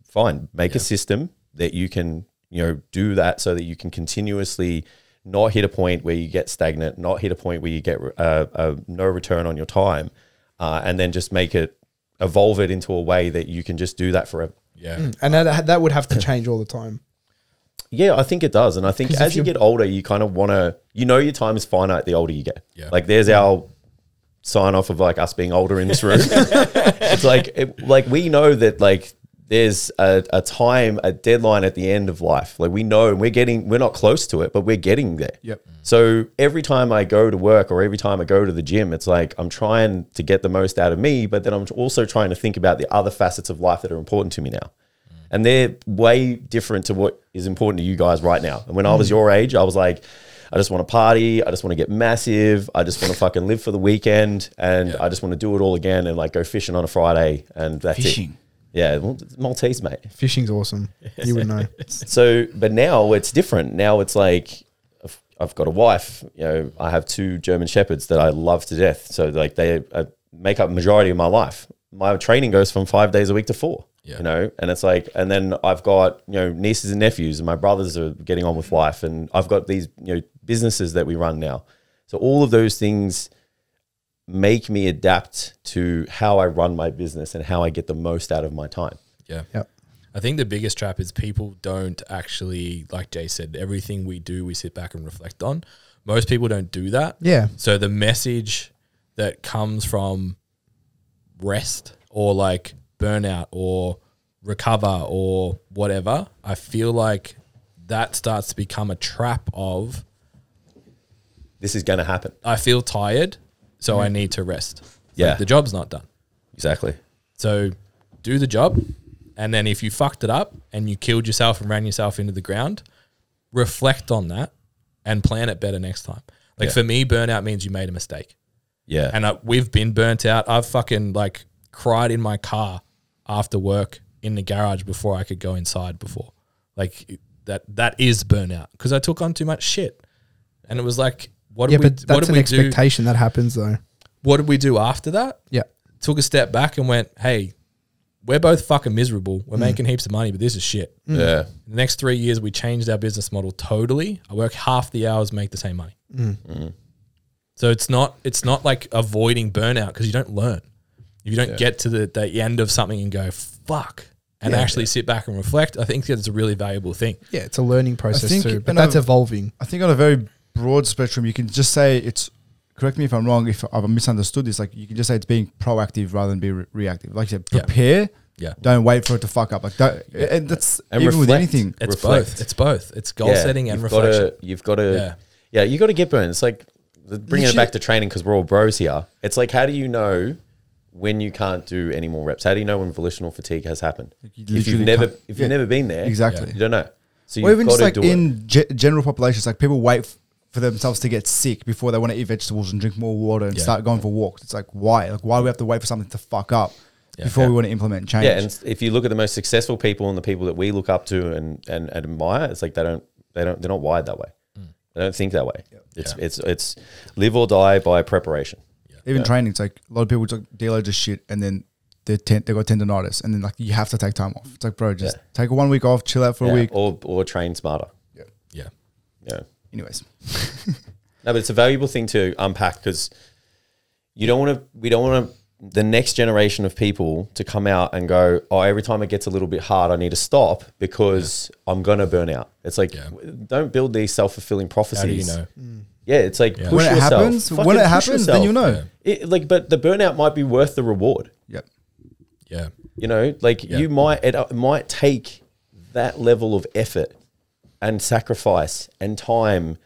Speaker 3: fine. Make a system that you can, you know, do that so that you can continuously not hit a point where you get stagnant, not hit a point where you get uh, uh, no return on your time, uh, and then just make it evolve it into a way that you can just do that forever.
Speaker 4: Yeah.
Speaker 5: and that, that would have to change all the time.
Speaker 3: Yeah, I think it does, and I think as you get older, you kind of want to, you know, your time is finite. The older you get,
Speaker 4: Yeah.
Speaker 3: like there's our sign off of like us being older in this room. it's like, it, like we know that like there's a, a time, a deadline at the end of life. Like we know, and we're getting, we're not close to it, but we're getting there.
Speaker 2: Yep.
Speaker 3: So every time I go to work or every time I go to the gym, it's like I'm trying to get the most out of me, but then I'm also trying to think about the other facets of life that are important to me now and they're way different to what is important to you guys right now. And when I was your age, I was like, I just want to party. I just want to get massive. I just want to fucking live for the weekend, and I just want to do it all again and like go fishing on a Friday, and that's it. Yeah, well, it's Maltese, mate.
Speaker 5: Fishing's awesome. You would know.
Speaker 3: So, but now it's different. Now it's like I've, I've got a wife. You know, I have two German shepherds that I love to death. So, like they uh, make up majority of my life. My training goes from five days a week to four.
Speaker 4: Yeah.
Speaker 3: You know, and it's like, and then I've got you know nieces and nephews, and my brothers are getting on with life, and I've got these you know businesses that we run now. So all of those things make me adapt to how I run my business and how I get the most out of my time.
Speaker 4: Yeah.
Speaker 5: Yep.
Speaker 4: I think the biggest trap is people don't actually, like Jay said, everything we do, we sit back and reflect on. Most people don't do that.
Speaker 5: Yeah.
Speaker 4: So the message that comes from rest or like burnout or recover or whatever, I feel like that starts to become a trap of
Speaker 3: This is going to happen.
Speaker 4: I feel tired, so
Speaker 5: Mm.
Speaker 4: I need to rest. It's like,
Speaker 3: Yeah.
Speaker 4: the job's not done.
Speaker 3: Exactly.
Speaker 4: So do the job. And then if you fucked it up and you killed yourself and ran yourself into the ground, reflect on that and plan it better next time. Like
Speaker 3: Yeah.
Speaker 4: for me, burnout means you made a mistake.
Speaker 3: Yeah.
Speaker 4: And I, we've been burnt out. I've fucking like cried in my car after work in the garage before I could go inside before. Like that that is burnout because I took on too much shit. And it was like what
Speaker 5: Yeah,
Speaker 4: did we
Speaker 5: but
Speaker 4: what
Speaker 5: that's
Speaker 4: did
Speaker 5: an
Speaker 4: we do
Speaker 5: expectation that happens though.
Speaker 4: what did we do after that?
Speaker 5: Yeah.
Speaker 4: took a step back and went, "Hey, we're both fucking miserable. We're making heaps of money, but this is shit."
Speaker 3: yeah.
Speaker 4: The next three years, we changed our business model totally. I work half the hours, make the same money.
Speaker 3: Mm.
Speaker 4: So it's not it's not like avoiding burnout because you don't learn. If you don't get to the, the end of something and go fuck and actually sit back and reflect, I think that's a really valuable thing.
Speaker 5: Yeah, it's a learning process
Speaker 2: think-
Speaker 5: too, but
Speaker 2: and
Speaker 5: that's
Speaker 2: I've-
Speaker 5: evolving.
Speaker 2: I think on a very broad spectrum, you can just say it's. Correct me if I'm wrong. If I've misunderstood this, like you can just say it's being proactive rather than be re- reactive. Like you said,
Speaker 4: Yeah.
Speaker 2: prepare.
Speaker 4: Yeah.
Speaker 2: Don't wait for it to fuck up. Like don't, and that's
Speaker 3: And
Speaker 2: even with
Speaker 3: reflect.
Speaker 2: anything.
Speaker 4: It's
Speaker 3: Reflect.
Speaker 4: both. It's both. It's goal setting and
Speaker 3: you've
Speaker 4: reflection.
Speaker 3: Gotta, you've got to,
Speaker 4: Yeah.
Speaker 3: yeah. you got to get burned. It's like the- bringing it back to training because we're all bros here. It's like, how do you know when you can't do any more reps? How do you know when volitional fatigue has happened?
Speaker 2: you
Speaker 3: if you've
Speaker 2: literally
Speaker 3: never,
Speaker 2: can't-
Speaker 3: if
Speaker 2: Yeah.
Speaker 3: you've never been there,
Speaker 2: Exactly.
Speaker 3: you don't know. So
Speaker 2: or
Speaker 3: you've
Speaker 2: even just
Speaker 3: got to
Speaker 2: like
Speaker 3: do it.
Speaker 2: in ge- general populations, like people wait f- for themselves to get sick before they want to eat vegetables and drink more water and
Speaker 4: Yeah.
Speaker 2: start going for walks. It's like why? Like why do we have to wait for something to fuck up before we want to implement change?
Speaker 3: Yeah, and if you look at the most successful people and the people that we look up to and and, and admire, it's like they don't they don't they're not wired that way.
Speaker 4: Mm.
Speaker 3: They don't think that way. It's it's it's live or die by preparation.
Speaker 2: even training, it's like a lot of people just deload just shit and then they ten- they got tendonitis and then like you have to take time off. It's like bro, just
Speaker 3: Yeah.
Speaker 2: take one week off, chill out for
Speaker 3: Yeah,
Speaker 2: a week.
Speaker 3: or or train smarter.
Speaker 4: yeah.
Speaker 3: Yeah.
Speaker 2: Anyways,
Speaker 3: No, but it's a valuable thing to unpack because you don't want to. We don't want to the next generation of people to come out and go, "Oh, every time it gets a little bit hard, I need to stop because I'm gonna burn out." It's like,
Speaker 4: Yeah.
Speaker 3: w- don't build these self fulfilling prophecies.
Speaker 4: How do you know?
Speaker 3: Yeah, it's like push
Speaker 2: when it
Speaker 3: yourself.
Speaker 2: happens,
Speaker 3: Fucking
Speaker 2: when it
Speaker 3: push
Speaker 2: happens, then
Speaker 3: yourself.
Speaker 2: you know.
Speaker 4: Yeah.
Speaker 3: It, like, but the burnout might be worth the reward.
Speaker 2: Yep.
Speaker 4: Yeah.
Speaker 3: You know, like you might it uh, might take that level of effort and sacrifice and time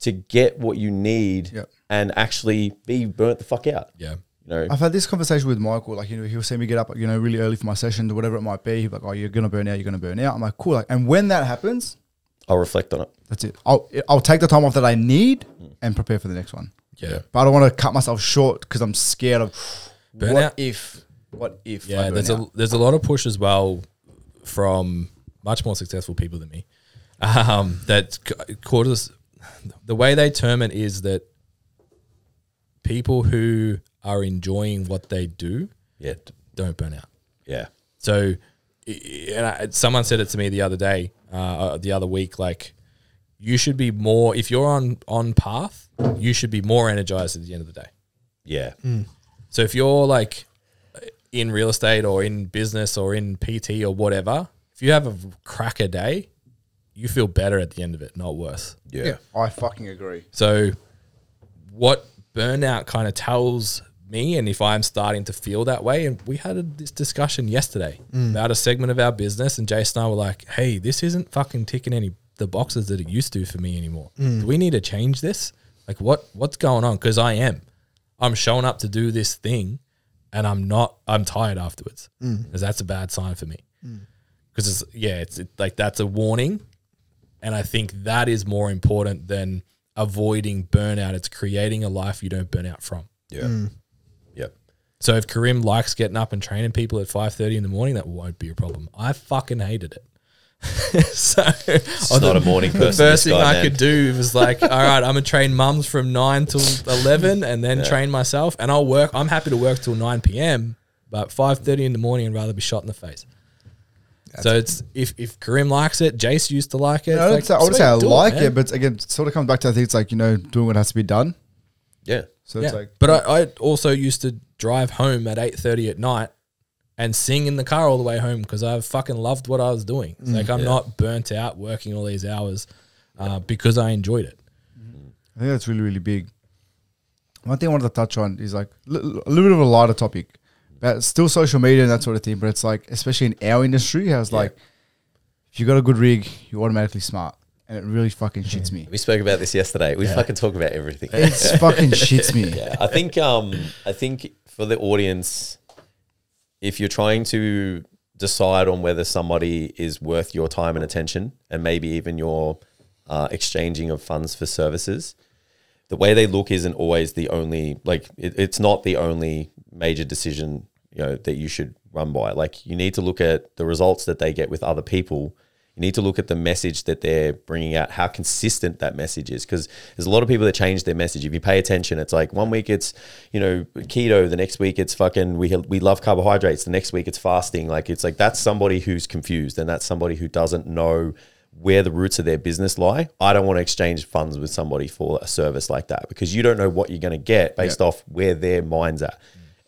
Speaker 3: to get what you need
Speaker 2: Yep.
Speaker 3: and actually be burnt the fuck out.
Speaker 4: Yeah.
Speaker 3: You know,
Speaker 2: I've had this conversation with Michael. Like, you know, he'll see me get up, you know, really early for my session or whatever it might be. He'll be like, oh, you're going to burn out. You're going to burn out. I'm like, cool. Like, and when that happens,
Speaker 3: I'll reflect on it.
Speaker 2: that's it. I'll, I'll take the time off that I need and prepare for the next one.
Speaker 4: Yeah.
Speaker 2: But I don't want to cut myself short because I'm scared of what
Speaker 4: Burnout.
Speaker 2: if, what if. I
Speaker 4: Yeah,
Speaker 2: burn
Speaker 4: there's
Speaker 2: out?
Speaker 4: a there's a lot of push as well from much more successful people than me. Um, that c- causes the way they term it is that people who are enjoying what they do
Speaker 3: Yeah,
Speaker 4: don't burn out.
Speaker 3: yeah,
Speaker 4: So, i- i- and I, someone said it to me the other day, uh, uh, the other week, like you should be more if you're on on path, you should be more energized at the end of the day.
Speaker 3: yeah,
Speaker 4: Mm. So if you're like in real estate or in business or in PT or whatever, if you have a cracker day, you feel better at the end of it, not worse.
Speaker 3: yeah,
Speaker 2: I fucking agree.
Speaker 4: So what burnout kind of tells me and if I'm starting to feel that way and we had a, this discussion yesterday about a segment of our business and Jason and I were like, "Hey, this isn't fucking ticking any the boxes that it used to for me anymore. Do we need to change this? Like what what's going on cuz I am I'm showing up to do this thing and I'm not I'm tired afterwards. Cuz that's a bad sign for me. Cuz it's yeah, it's it, like that's a warning and I think that is more important than avoiding burnout. It's creating a life you don't burn out from.
Speaker 3: yeah, yeah.
Speaker 4: So if Karim likes getting up and training people at five thirty in the morning, that won't be a problem. I fucking hated it. so
Speaker 3: It's not a morning person.
Speaker 4: the first thing I could
Speaker 3: do.
Speaker 4: do was like, all right, I'm gonna train mums from nine till eleven, and then train myself, and I'll work. I'm happy to work till nine p.m., but five thirty in the morning, I'd rather be shot in the face. so it's if if Karim likes it, Jace used to like it.
Speaker 2: I would
Speaker 4: it's
Speaker 2: say,
Speaker 4: like,
Speaker 2: I would say
Speaker 4: sweet,
Speaker 2: I
Speaker 4: do
Speaker 2: like it,
Speaker 4: man.
Speaker 2: but again, it sort of comes back to I think it's like you know doing what has to be done.
Speaker 3: Yeah.
Speaker 2: So it's
Speaker 4: Yeah.
Speaker 2: like
Speaker 4: but I, I also used to drive home at eight thirty at night and sing in the car all the way home because I fucking loved what I was doing.
Speaker 3: Mm.
Speaker 4: It's like I'm not burnt out working all these hours uh, because I enjoyed it.
Speaker 2: I think that's really really big. One thing I wanted to touch on is like li- a little bit of a lighter topic, but it's still social media and that sort of thing. But it's like especially in our industry, how it's like if you got a good rig, you're automatically smart, and it really fucking shits me.
Speaker 3: We spoke about this yesterday. We fucking talk about everything.
Speaker 2: It's fucking shits me.
Speaker 3: yeah. I think um I think for the audience, if you're trying to decide on whether somebody is worth your time and attention, and maybe even your uh, exchanging of funds for services, the way they look isn't always the only like it, it's not the only major decision you know that you should run by like you need to look at the results that they get with other people you need to look at the message that they're bringing out how consistent that message is because there's a lot of people that change their message if you pay attention it's like one week it's you know keto the next week it's fucking we we love carbohydrates the next week it's fasting like it's like that's somebody who's confused and that's somebody who doesn't know where the roots of their business lie. I don't want to exchange funds with somebody for a service like that because you don't know what you're going to get based off where their mind's at.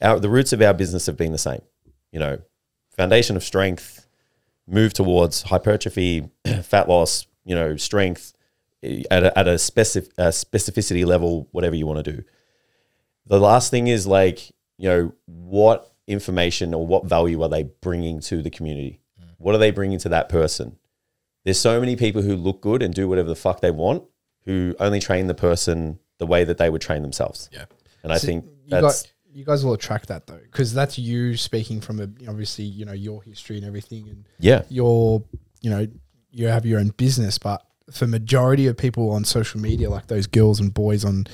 Speaker 3: Our, the roots of our business have been the same, you know, foundation of strength, move towards hypertrophy, fat loss, you know, strength eh, at a, at a specific uh, specificity level, whatever you want to do. The last thing is like, you know, what information or what value are they bringing to the community? What are they bringing to that person? there's so many people who look good and do whatever the fuck they want who only train the person the way that they would train themselves.
Speaker 4: Yeah.
Speaker 3: And I
Speaker 5: So
Speaker 3: think
Speaker 5: you,
Speaker 3: that's
Speaker 5: got, you guys will attract that though, because that's you speaking from a, obviously you know your history and everything, and
Speaker 3: yeah.
Speaker 5: your you know you have your own business, but for majority of people on social media, like those girls and boys on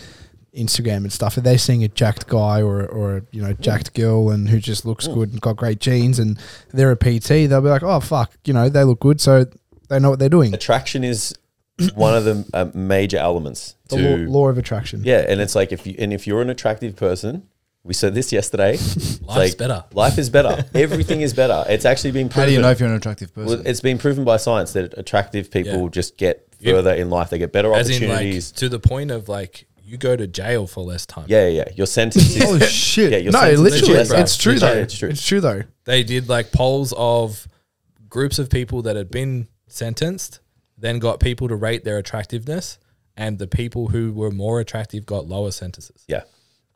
Speaker 5: Instagram and stuff, if they're seeing a jacked guy or or a, you know jacked girl and who just looks
Speaker 3: Mm.
Speaker 5: good and got great genes, and they're a PT, they'll be like, oh fuck, you know they look good, so they know what they're doing.
Speaker 3: Attraction is one of the uh, major elements
Speaker 5: The
Speaker 3: to
Speaker 5: law, law of attraction.
Speaker 3: yeah, and it's like if you and if you're an attractive person, we said this yesterday. Life's
Speaker 4: Life's better.
Speaker 3: Life is better. Everything is better. It's actually been proven.
Speaker 2: How do you know if you're an attractive person?
Speaker 3: Well, it's been proven by science that attractive people
Speaker 4: Yeah.
Speaker 3: just get further in life. They get better
Speaker 4: As in, like
Speaker 3: opportunities.
Speaker 4: to the point of like you go to jail for less time.
Speaker 3: yeah, yeah, yeah. Your sentence is
Speaker 2: Holy shit!
Speaker 3: Yeah, your
Speaker 5: No,
Speaker 3: sentence is
Speaker 5: literally,
Speaker 3: less,
Speaker 5: it's,
Speaker 3: bro.
Speaker 5: true
Speaker 3: Literally,
Speaker 5: though.
Speaker 3: It's true.
Speaker 5: It's true though.
Speaker 4: they did like polls of groups of people that had been sentenced, then got people to rate their attractiveness, and the people who were more attractive got lower sentences.
Speaker 3: Yeah.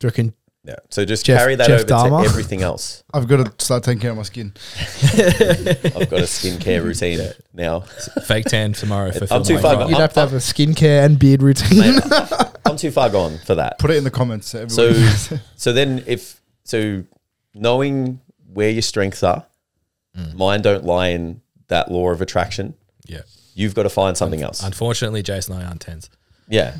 Speaker 5: Do you reckon
Speaker 3: Yeah. So just
Speaker 5: Jeff-
Speaker 3: carry that
Speaker 5: Jeff
Speaker 3: over
Speaker 5: Dahmer.
Speaker 3: to everything else.
Speaker 2: I've got to start taking care of my skin.
Speaker 3: I've got a skincare routine now.
Speaker 4: Fake tan tomorrow for
Speaker 3: I'm too
Speaker 4: filming.
Speaker 3: far
Speaker 4: Right.
Speaker 3: gone.
Speaker 5: you'd have to have a skincare and beard routine?
Speaker 3: Mate, I'm too far gone for that.
Speaker 2: Put it in the comments. so
Speaker 3: So,
Speaker 2: everyone-
Speaker 3: so then if so, knowing where your strengths are,
Speaker 4: Mm.
Speaker 3: mine don't lie in that law of attraction.
Speaker 4: Yeah.
Speaker 3: You've got to find something else.
Speaker 4: Unfortunately, Jason and I aren't tens.
Speaker 3: Yeah.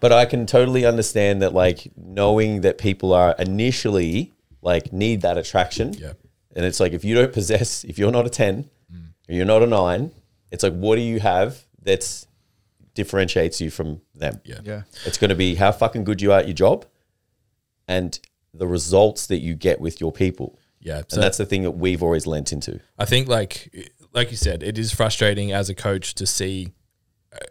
Speaker 3: but I can totally understand that, like, knowing that people are initially like need that attraction.
Speaker 4: Yeah. Mm.
Speaker 3: And it's like, if you don't possess, if you're not a 10, or you're not a nine, it's like, what do you have that's differentiates you from them?
Speaker 4: Yeah.
Speaker 2: yeah,
Speaker 3: It's going to be how fucking good you are at your job and the results that you get with your people.
Speaker 4: Yeah.
Speaker 3: and that's the thing that we've always lent into.
Speaker 4: I think like like you said, it is frustrating as a coach to see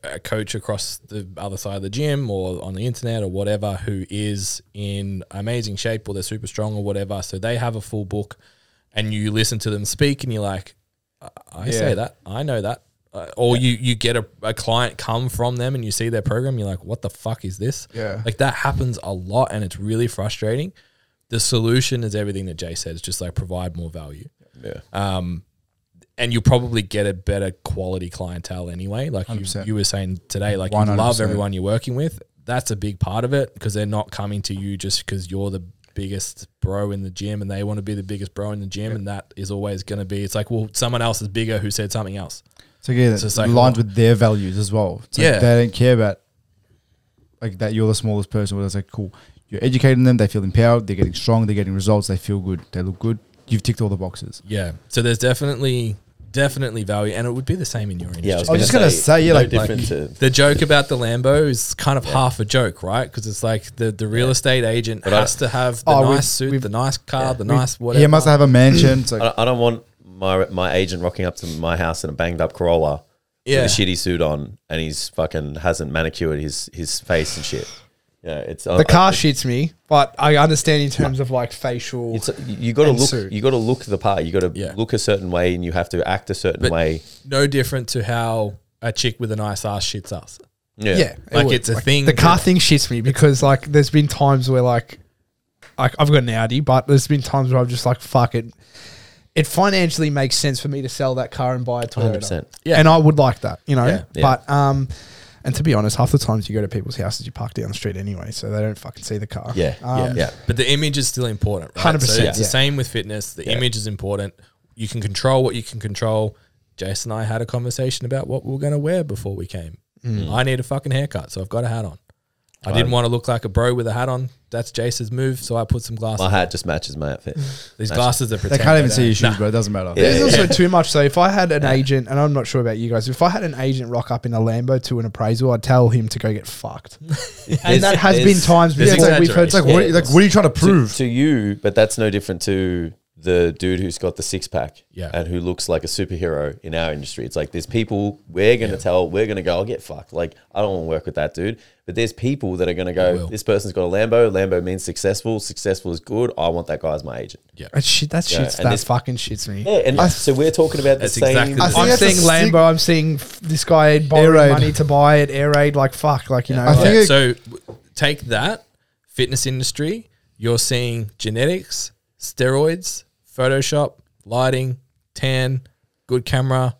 Speaker 4: a- a coach across the other side of the gym or on the internet or whatever who is in amazing shape or they're super strong or whatever. So they have a full book, and you listen to them speak and you're like, I, I say that, I know that. Uh, or you you get a, a client come from them and you see their program, you're like, what the fuck is this?
Speaker 2: Yeah.
Speaker 4: like that happens a lot and it's really frustrating. The solution is everything that Jay said. It's just like provide more value
Speaker 3: Yeah.
Speaker 4: and you'll probably get a better quality clientele anyway. Like you,
Speaker 2: 100%.
Speaker 4: you were saying today, like you
Speaker 2: 100%.
Speaker 4: love everyone you're working with. That's a big part of it because they're not coming to you just because you're the biggest bro in the gym and they want to be the biggest bro in the gym. And that is always going to be, it's like, well, someone else is bigger who said something else.
Speaker 2: so again,
Speaker 4: So
Speaker 2: it
Speaker 4: it's like-
Speaker 2: aligns with their values as well. It's like
Speaker 4: Yeah.
Speaker 2: they don't care about like that. You're the smallest person. Well, it's like cool. You're educating them. They feel empowered. They're getting strong. They're getting results. They feel good. They look good. You've ticked all the boxes.
Speaker 4: Yeah. So there's definitely definitely value, and it would be the same in your industry.
Speaker 3: Yeah, I was,
Speaker 2: I was just gonna say, yeah,
Speaker 3: no
Speaker 2: like-
Speaker 3: different
Speaker 2: like-
Speaker 3: to-
Speaker 4: the joke about the Lambo is kind of half a joke, right? Because it's like the, the real estate agent
Speaker 3: I-
Speaker 4: has to have the
Speaker 6: Oh, we've-
Speaker 4: nice suit, the nice car, the nice whatever.
Speaker 2: He must have a mansion. It's like,
Speaker 3: I don't- I don't want my my agent rocking up to my house in a banged up Corolla
Speaker 4: Yeah.
Speaker 3: with a shitty suit on, and he's fucking hasn't manicured his his face and shit. Yeah, it's
Speaker 5: The car shits me, but I understand in terms of like facial.
Speaker 3: It's, you got to
Speaker 5: and
Speaker 3: look.
Speaker 5: suit.
Speaker 3: You got to look the part. You got to
Speaker 4: Yeah.
Speaker 3: look a certain way, and you have to act a certain
Speaker 4: But-
Speaker 3: way.
Speaker 4: no different to how a chick with a nice ass shits us.
Speaker 3: Yeah,
Speaker 5: yeah, it
Speaker 4: Like
Speaker 5: would.
Speaker 4: it's a thing.
Speaker 5: The car
Speaker 4: that-
Speaker 5: thing shits me because like there's been times where like, like I've got an Audi, but there's been times where I'm just like fuck it. It financially makes sense for me to sell that car and buy a
Speaker 3: hundred
Speaker 5: Toyota.
Speaker 3: percent.
Speaker 5: Yeah. And I would like that, you know.
Speaker 4: Yeah,
Speaker 3: yeah.
Speaker 5: But um and to be honest, half the times you go to people's houses you park down the street anyway, so they don't fucking see the car.
Speaker 3: Yeah,
Speaker 5: Um,
Speaker 3: yeah,
Speaker 4: But the image is still important, right?
Speaker 5: 100%,
Speaker 4: So it's the
Speaker 5: yeah.
Speaker 4: same with fitness. The image is important. You can control what you can control. Jason and I had a conversation about what we were going to wear before we came. I need a fucking haircut, so I've got a hat on. I didn't want to look like a bro with a hat on. That's Jason's move, so I put some glasses.
Speaker 3: My hat just matches my outfit.
Speaker 4: These glasses are
Speaker 2: they
Speaker 4: pretend.
Speaker 2: can't even
Speaker 4: don't.
Speaker 2: see your shoes, bro. It doesn't matter.
Speaker 3: Yeah.
Speaker 5: There's also too much. So if I had an agent, and I'm not sure about you guys, if I had an agent rock up in a Lambo to an appraisal, I'd tell him to go get fucked. and that has been
Speaker 3: there's-
Speaker 5: times
Speaker 4: there's
Speaker 5: before we've heard.
Speaker 2: It's like, what, like, what are you trying to
Speaker 3: to,
Speaker 2: prove?
Speaker 3: to you, but that's no different to the dude who's got the six pack
Speaker 4: Yeah.
Speaker 3: and who looks like a superhero in our industry. It's like there's people we're gonna tell, we're gonna go, I'll get fucked. Like, I don't want to work with that dude. But there's people that are gonna go,
Speaker 4: will.
Speaker 3: this person's got a Lambo, Lambo means successful, successful is good, I want that guy as my agent. Yeah.
Speaker 5: That shit, that shits,
Speaker 3: and
Speaker 5: that
Speaker 3: this-
Speaker 5: fucking shits me.
Speaker 3: and so we're talking about the
Speaker 4: That's
Speaker 3: same
Speaker 4: exactly the I
Speaker 5: I'm
Speaker 4: think
Speaker 5: seeing Lambo. I'm seeing f- this guy borrowing
Speaker 2: Air Raid.
Speaker 5: money to buy it, air raid. Like fuck, like you know.
Speaker 2: I
Speaker 5: like-
Speaker 2: think
Speaker 4: Yeah,
Speaker 2: it-
Speaker 4: so w- take that fitness industry. You're seeing genetics, steroids, Photoshop, lighting, tan, good camera,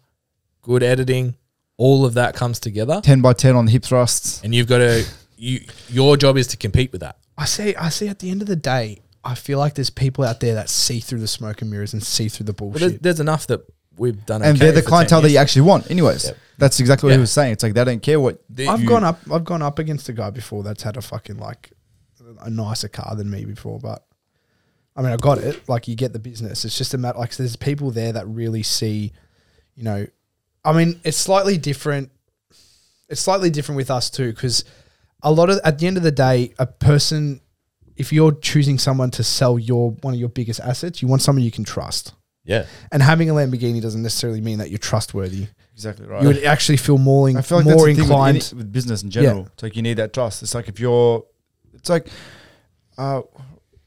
Speaker 4: good editing. All of that comes together,
Speaker 2: Ten by ten on hip thrusts.
Speaker 4: and you've got to. You, your job is to compete with that.
Speaker 5: I see. I see. At the end of the day, I feel like there's people out there that see through the smoke and mirrors and see through the
Speaker 4: But there's,
Speaker 5: bullshit.
Speaker 4: there's enough that we've done.
Speaker 2: and
Speaker 4: okay
Speaker 2: they're the
Speaker 4: for 10
Speaker 2: clientele that you
Speaker 4: years.
Speaker 2: actually want. Anyways, that's exactly what
Speaker 4: Yeah.
Speaker 2: he was saying. It's like they don't care what
Speaker 4: The-
Speaker 5: I've
Speaker 4: you-
Speaker 5: gone up. I've gone up against a guy before that's had a fucking like a nicer car than me before, but. I mean, I got it. Like, you get the business. It's just a matter, like, there's people there that really see, you know, I mean, it's slightly different. It's slightly different with us too, because a lot of, at the end of the day, a person, if you're choosing someone to sell your, one of your biggest assets, you want someone you can trust.
Speaker 3: Yeah.
Speaker 5: And having a Lamborghini doesn't necessarily mean that you're trustworthy.
Speaker 2: exactly right.
Speaker 5: You would actually feel more, in,
Speaker 2: I feel like that's
Speaker 5: more
Speaker 2: the thing with any-
Speaker 5: inclined.
Speaker 2: with, business in general. It's like you need that trust. It's like if you're, it's like, uh,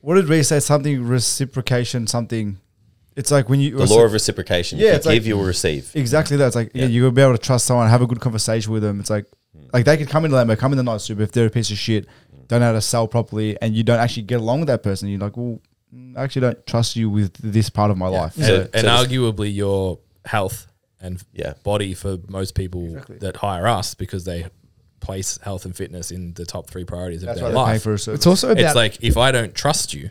Speaker 2: what did Ray say? Something reciprocation, something. It's like when you
Speaker 3: The law of reciprocation.
Speaker 2: Yeah,
Speaker 3: Yeah, if
Speaker 2: it's
Speaker 3: you
Speaker 2: like-
Speaker 3: give, you will receive.
Speaker 2: exactly that. It's like yeah. you'll be able to trust someone, have a good conversation with them. It's like, like they could come in the Lambo, come in the nice super. If they're a piece of shit, don't know how to sell properly, and you don't actually get along with that person, you're like, well, I actually don't trust you with this part of my life.
Speaker 4: and,
Speaker 3: So-
Speaker 4: and
Speaker 3: so this-
Speaker 4: arguably your health and
Speaker 3: Yeah.
Speaker 4: body for most people that hire us because they place health and fitness in the top three priorities of
Speaker 2: That's why
Speaker 4: their
Speaker 2: they pay
Speaker 4: life.
Speaker 2: for a service.
Speaker 5: It's also about
Speaker 4: it's like if I don't trust you,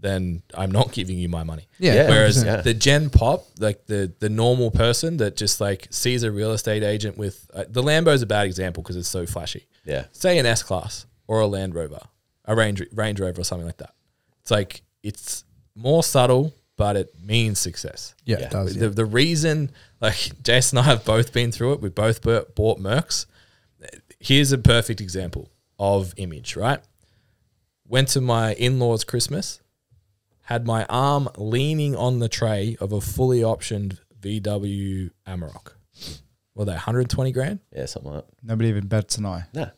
Speaker 4: then I'm not giving you my money.
Speaker 5: Yeah,
Speaker 3: Yeah.
Speaker 4: Whereas
Speaker 3: 100%.
Speaker 4: the gen pop, like the the normal person that just like sees a real estate agent with uh, the Lambo's a bad example because it's so flashy.
Speaker 3: Yeah.
Speaker 4: Say an S class or a Land Rover, a Range Range Rover or something like that. It's like it's more subtle, but it means success.
Speaker 5: Yeah, it Yeah. does,
Speaker 4: The, the reason, like Jason and I have both been through it. We both bur- bought Mercs. Here's a perfect example of image. Right, went to my in laws Christmas, had my arm leaning on the tray of a fully optioned VW Amarok. Were they 120 grand?
Speaker 3: Yeah, something like that.
Speaker 2: Nobody even bats an eye.
Speaker 3: Nah.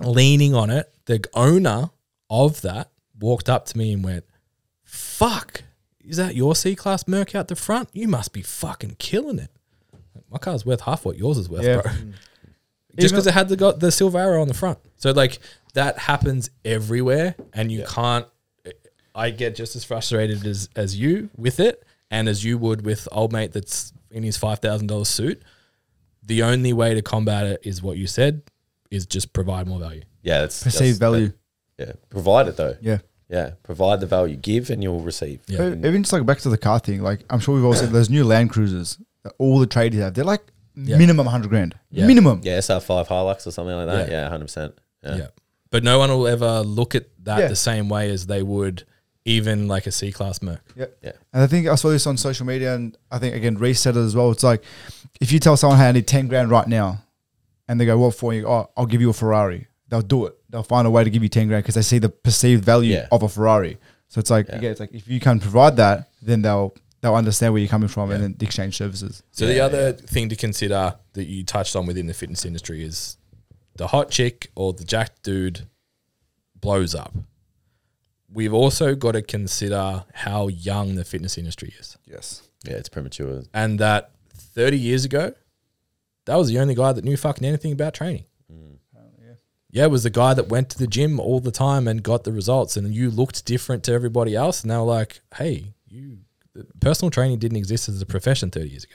Speaker 4: leaning on it, the owner of that walked up to me and went, Fuck, is that your C class Merc out the front? You must be fucking killing it. Like, My car's worth half what yours is worth,
Speaker 2: Yeah.
Speaker 4: bro. Just because it had the got the silver arrow on the front. So like that happens everywhere and you can't I get just as frustrated as as you with it and as you would with old mate that's in his five thousand dollar suit. The only way to combat it is what you said, is just provide more value.
Speaker 3: Yeah, that's
Speaker 2: Perceived
Speaker 3: that's-
Speaker 2: value.
Speaker 3: Yeah. Provide it though.
Speaker 2: Yeah.
Speaker 3: Yeah. Provide the value. Give and you'll receive.
Speaker 4: Yeah.
Speaker 2: E- Even just like back to the car thing, like I'm sure we've all seen those new Land Cruisers that all the tradies have. They're like minimum 100 grand. Minimum.
Speaker 3: Yeah, SR5 Hilux or something like that. Yeah, 100%. Yeah.
Speaker 4: Yeah. But no one will ever look at that
Speaker 2: Yeah.
Speaker 4: the same way as they would even like a C class Merc.
Speaker 3: Yeah.
Speaker 2: And I think I saw this on social media, and I think again reset it as well. It's like if you tell someone, "Hey, I need ten grand right now," and they go, "What for?" You, go, "Oh, I'll give you a Ferrari." They'll do it. They'll find a way to give you ten grand because they see the perceived value
Speaker 3: Yeah.
Speaker 2: of a Ferrari. So it's like,
Speaker 3: Yeah.
Speaker 2: yeah. it's like if you can provide that, then they'll they'll understand where you're coming from, and then the exchange services.
Speaker 4: So the other thing to consider that you touched on within the fitness industry is the hot chick or the jacked dude blows up. We've also got to consider how young the fitness industry is.
Speaker 2: Yes.
Speaker 3: Yeah, it's premature.
Speaker 4: And that 30 years ago, that was the only guy that knew fucking anything about training. Yeah, it was the guy that went to the gym all the time and got the results, and you looked different to everybody else. And they were like, "Hey, you, personal training didn't exist as a profession 30 years ago."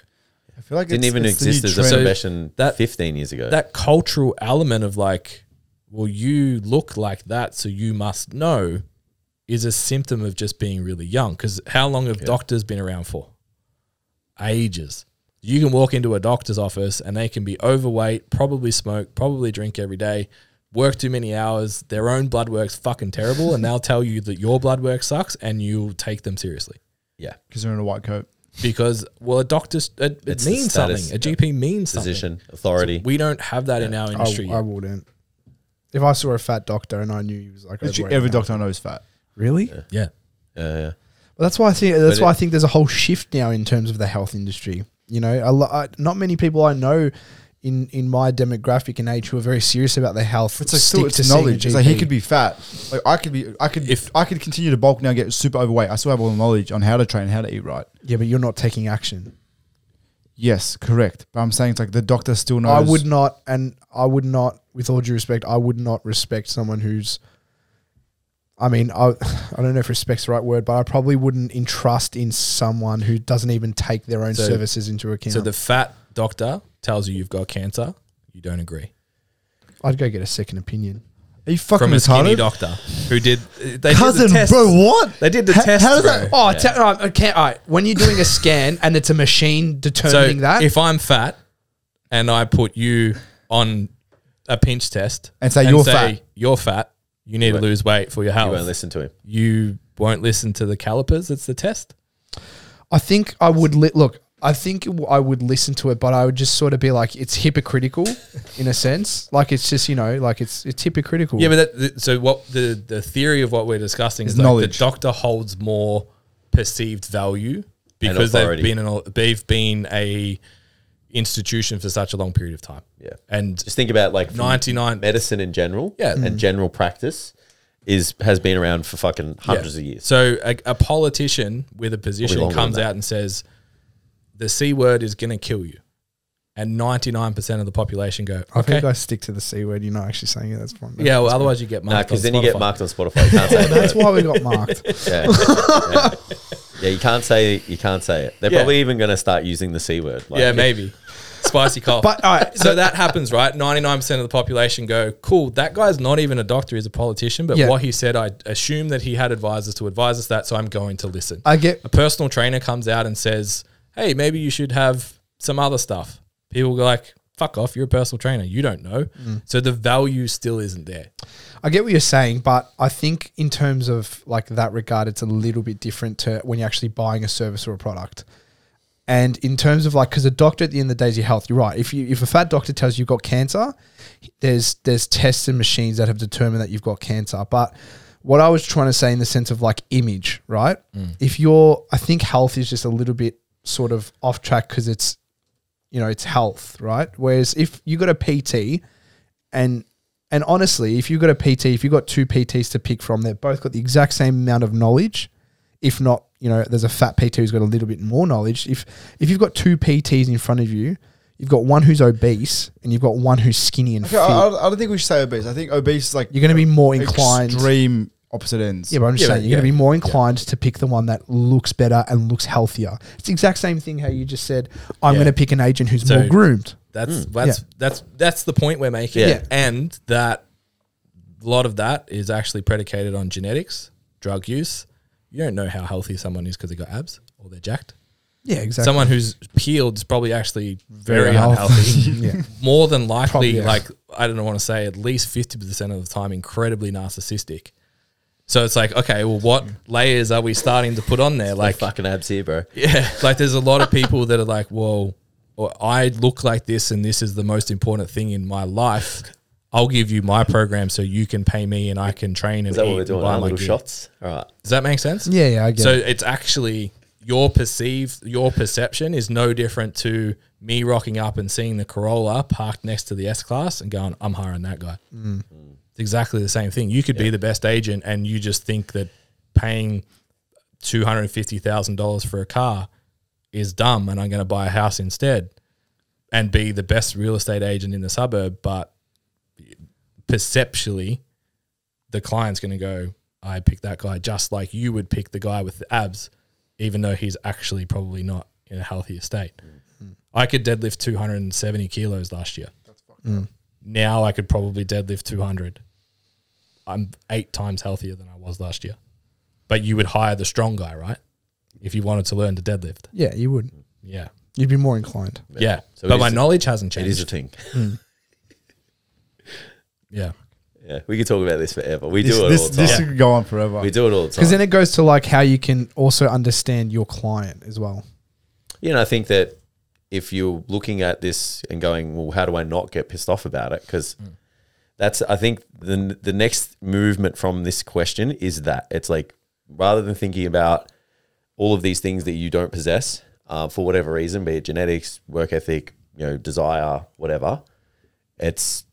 Speaker 2: I feel like
Speaker 3: Didn't
Speaker 2: it's-
Speaker 3: even
Speaker 2: it's the
Speaker 3: exist
Speaker 2: new
Speaker 3: as a
Speaker 2: trend.
Speaker 3: profession
Speaker 4: that-
Speaker 3: 15 years ago.
Speaker 4: that cultural element of like, well, you look like that, so you must know, is a symptom of just being really young. Because how long have doctors been around for? Ages. You can walk into a doctor's office and they can be overweight, probably smoke, probably drink every day, work too many hours. Their own blood work's fucking terrible, and they'll tell you that your blood work sucks, and you'll take them seriously
Speaker 3: yeah.
Speaker 2: 'Cause they're in a white coat.
Speaker 4: because well, a doctor's it, it
Speaker 3: It's the
Speaker 4: means
Speaker 3: status,
Speaker 4: something. A GP means something.
Speaker 3: Position, authority.
Speaker 4: We don't have that in our
Speaker 5: I,
Speaker 4: industry.
Speaker 5: I wouldn't. If I saw a fat doctor and I knew he was like
Speaker 2: Literally
Speaker 5: overweight,
Speaker 2: every
Speaker 5: I'm
Speaker 2: doctor I know is fat.
Speaker 5: really?
Speaker 4: Yeah.
Speaker 3: yeah, yeah.
Speaker 5: Well, that's why I think that's
Speaker 3: But
Speaker 5: why
Speaker 3: it-
Speaker 5: I think there's a whole shift now in terms of the health industry. You know, a lo- I, not many people I know in in my demographic and age who are very serious about their health.
Speaker 2: It's like
Speaker 5: stick
Speaker 2: still it's
Speaker 5: to seeing a
Speaker 2: knowledge. It's like he
Speaker 5: GP.
Speaker 2: could be fat. Like I could be I could
Speaker 4: If-
Speaker 2: if I could continue to bulk now and get super overweight. I still have all the knowledge on how to train, how to eat right.
Speaker 5: yeah, but you're not taking action.
Speaker 2: Yes, correct. But I'm saying it's like the doctor still knows.
Speaker 5: I would not, and I would not, with all due respect, I would not respect someone who's. I mean, I, I don't know if respect's the right word, but I probably wouldn't entrust in someone who doesn't even take their own
Speaker 4: So-
Speaker 5: services into account.
Speaker 4: So the fat doctor tells you you've got cancer. You don't agree.
Speaker 5: I'd go get a second opinion.
Speaker 2: Are you fucking
Speaker 4: From a skinny
Speaker 2: retarded?
Speaker 4: doctor who did they
Speaker 2: Cousin,
Speaker 4: did the tests.
Speaker 2: bro, what?
Speaker 4: They did the
Speaker 2: How-
Speaker 4: test.
Speaker 2: how does
Speaker 4: bro.
Speaker 2: that-
Speaker 5: Oh, te- oh, okay. All right. When you're doing a scan and it's a machine
Speaker 4: so
Speaker 5: determining that,
Speaker 4: if I'm fat and I put you on a pinch test
Speaker 2: And say you're fat.
Speaker 4: you're fat, you need to lose weight for your
Speaker 3: You
Speaker 4: health.
Speaker 3: won't listen to him.
Speaker 4: You won't listen to the calipers. It's the test.
Speaker 5: I think I would li- look. I think w- I would listen to it, but I would just sort of be like, it's hypocritical, in a sense. Like it's just you know, like it's it's hypocritical.
Speaker 4: Yeah, but that, th- so what the the theory of what we're discussing is,
Speaker 2: Is
Speaker 4: like
Speaker 2: knowledge.
Speaker 4: the doctor holds more perceived value because they've
Speaker 3: authority.
Speaker 4: been an, au- they've been a institution for such a long period of time.
Speaker 3: Yeah.
Speaker 4: and
Speaker 3: Just think about like from
Speaker 4: 99
Speaker 3: medicine in general,
Speaker 4: Yeah. Mm.
Speaker 3: and general practice is has been around for fucking hundreds
Speaker 4: Yeah.
Speaker 3: of years.
Speaker 4: So a, a politician with a position
Speaker 3: longer than
Speaker 4: comes
Speaker 3: that.
Speaker 4: out and says, "The c word is going to kill you," and ninety nine percent of the population go,
Speaker 5: I
Speaker 4: "Okay,
Speaker 5: think I stick to the c word. You're not actually saying it. That's fine.
Speaker 4: yeah." Well, otherwise you get marked
Speaker 3: because
Speaker 4: on
Speaker 3: then you get
Speaker 4: Spotify.
Speaker 3: marked on Spotify. You can't say
Speaker 5: that's
Speaker 3: that.
Speaker 5: why we got marked.
Speaker 3: Yeah. yeah. Yeah, you can't say you can't say it. They're
Speaker 4: Yeah.
Speaker 3: probably even going to start using the c word. Like,
Speaker 4: yeah, maybe. Spicy cough.
Speaker 5: But, all right,
Speaker 4: so that happens, right? Ninety nine percent of the population go, "Cool, that guy's not even a doctor; he's a politician." But
Speaker 5: Yeah.
Speaker 4: what he said, I assume that he had advisors to advise us that, so I'm going to listen.
Speaker 5: I get
Speaker 4: a personal trainer comes out and says, "Hey, maybe you should have some other stuff." People go like, "Fuck off! You're a personal trainer; you don't know."
Speaker 5: Mm.
Speaker 4: So the value still isn't there.
Speaker 5: I get what you're saying, but I think in terms of like that regard, it's a little bit different to when you're actually buying a service or a product. And in terms of like, because a doctor at the end of the day is your health. You're right. If you if a fat doctor tells you you've got cancer, there's there's tests and machines that have determined that you've got cancer. But what I was trying to say in the sense of like image, right?
Speaker 4: Mm.
Speaker 5: If you're, I think health is just a little bit sort of off track because it's, you know, it's health, right? Whereas if you got a PT and and honestly, if you've got a PT, if you've got two PTs to pick from, they've both got the exact same amount of knowledge. If not, you know, there's a fat PT who's got a little bit more knowledge. If if you've got two PTs in front of you, you've got one who's obese and you've got one who's skinny and
Speaker 2: Okay,
Speaker 5: fit.
Speaker 2: I, I don't think we should say obese. I think obese is like
Speaker 5: you're going to be more inclined.
Speaker 2: extreme opposite ends.
Speaker 5: Yeah, but I'm just
Speaker 4: Yeah,
Speaker 5: saying
Speaker 4: but
Speaker 5: you're going
Speaker 4: yeah,
Speaker 5: to be more inclined to pick the one that looks better and looks healthier. It's the exact same thing how you just said, I'm
Speaker 4: Yeah.
Speaker 5: going to pick an agent who's
Speaker 4: So-
Speaker 5: more groomed.
Speaker 4: That's that's that's that's the point we're making,
Speaker 3: Yeah. Yeah.
Speaker 4: and that a lot of that is actually predicated on genetics, drug use. You don't know how healthy someone is because they got abs or they're jacked.
Speaker 1: Yeah, exactly.
Speaker 4: Someone who's peeled is probably actually very,
Speaker 2: Very unhealthy.
Speaker 4: unhealthy.
Speaker 1: yeah.
Speaker 4: More than likely,
Speaker 1: Probably, yeah.
Speaker 4: like I don't want to say at least fifty percent of the time, incredibly narcissistic. So it's like, okay, well, what layers are we starting to put on there?
Speaker 3: Like
Speaker 4: Like,
Speaker 3: fucking abs here, bro.
Speaker 4: yeah, like there's a lot of people that are like, well, or I look like this, and this is the most important thing in my life. I'll give you my program so you can pay me and I can train and
Speaker 3: Is that
Speaker 4: eat
Speaker 3: what we're
Speaker 4: and
Speaker 3: doing?
Speaker 4: buy
Speaker 3: Our
Speaker 4: my
Speaker 3: little
Speaker 4: gear."
Speaker 3: shots. All right.
Speaker 4: Does that make sense?
Speaker 1: Yeah, yeah, I get
Speaker 4: So
Speaker 1: it.
Speaker 4: it's actually your perceived your perception is no different to me rocking up and seeing the Corolla parked next to the S class and going, I'm hiring that guy.
Speaker 1: Mm.
Speaker 4: It's exactly the same thing. You could be the best agent and you just think that paying two hundred and fifty thousand dollars for a car is dumb and I'm gonna buy a house instead and be the best real estate agent in the suburb, but perceptually the client's going to go, I picked that guy just like you would pick the guy with the abs, even though he's actually probably not in a healthier state.
Speaker 3: Mm.
Speaker 4: I could deadlift 270 kilos last year. Now I could probably deadlift 200. I'm eight times healthier than I was last year. But you would hire the strong guy, right? If you wanted to learn to deadlift.
Speaker 1: yeah, you would.
Speaker 4: Yeah.
Speaker 1: You'd be more inclined.
Speaker 4: Yeah.
Speaker 3: So it
Speaker 4: but
Speaker 3: is
Speaker 4: my
Speaker 3: a-
Speaker 4: knowledge hasn't
Speaker 3: It
Speaker 4: changed.
Speaker 3: is a thing.
Speaker 4: yeah.
Speaker 3: Yeah, we could talk about this forever. We
Speaker 2: This,
Speaker 3: do it
Speaker 2: this,
Speaker 3: all the time.
Speaker 2: this could go on forever.
Speaker 3: We do it all the time.
Speaker 1: Because then it goes to like how you can also understand your client as well.
Speaker 3: you know, I think that if you're looking at this and going, well, how do I not get pissed off about it? Because that's, I think, the the next movement from this question is that it's like rather than thinking about all of these things that you don't possess uh, for whatever reason, be it genetics, work ethic, you know, desire, whatever, it's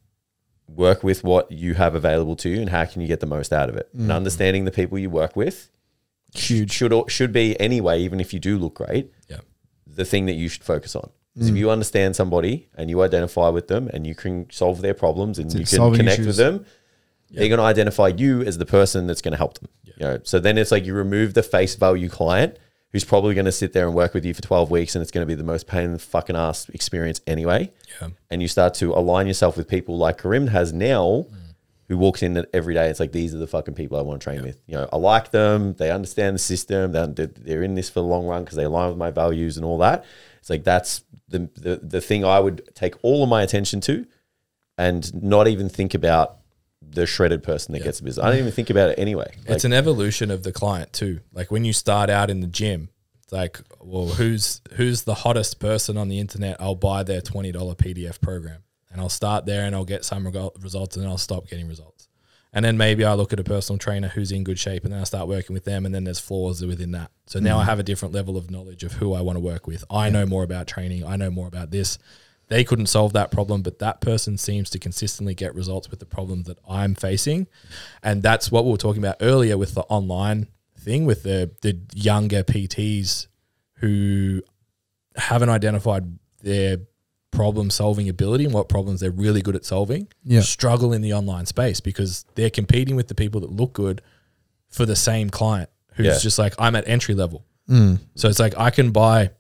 Speaker 3: work with what you have available to you and how can you get the most out of it and understanding the people you work with
Speaker 1: Huge.
Speaker 3: should should be anyway even if you do look great
Speaker 4: Yeah.
Speaker 3: the thing that you should focus on. Is If
Speaker 2: Mm.
Speaker 3: you understand somebody and you identify with them and you can solve their problems and
Speaker 2: it,
Speaker 3: you can
Speaker 2: solving
Speaker 3: connect
Speaker 2: issues.
Speaker 3: with them, they're going to identify you as the person that's going to help them. You know, so then it's like you remove the face value client who's probably going to sit there and work with you for 12 weeks and it's going to be the most pain in the fucking ass experience anyway.
Speaker 4: Yeah.
Speaker 3: And you start to align yourself with people like Karim has now who walks in every day. It's like, these are the fucking people I want to train with. You know, I like them. They understand the system. They're, they're- they're in this for the long run because they align with my values and all that. It's like, that's the, the, the thing I would take all of my attention to and not even think about the shredded person that gets the business. I don't even think about it anyway. Like,
Speaker 4: it's an evolution of the client too. Like when you start out in the gym, it's like, well, who's who's the hottest person on the internet? I'll buy their twenty dollar PDF program, and I'll start there, and I'll get some rego- results, and then I'll stop getting results, and then maybe I look at a personal trainer who's in good shape, and then I start working with them, and then there's flaws within that. So now I have a different level of knowledge of who I want to work with. I know more about training. I know more about this. They couldn't solve that problem, but that person seems to consistently get results with the problem that I'm facing. And that's what we were talking about earlier with the online thing with the the younger PTs who haven't identified their problem solving ability and what problems they're really good at solving
Speaker 1: Yeah.
Speaker 4: struggle in the online space because they're competing with the people that look good for the same client who's
Speaker 3: Yeah.
Speaker 4: just like I'm at entry level. So it's like I can buy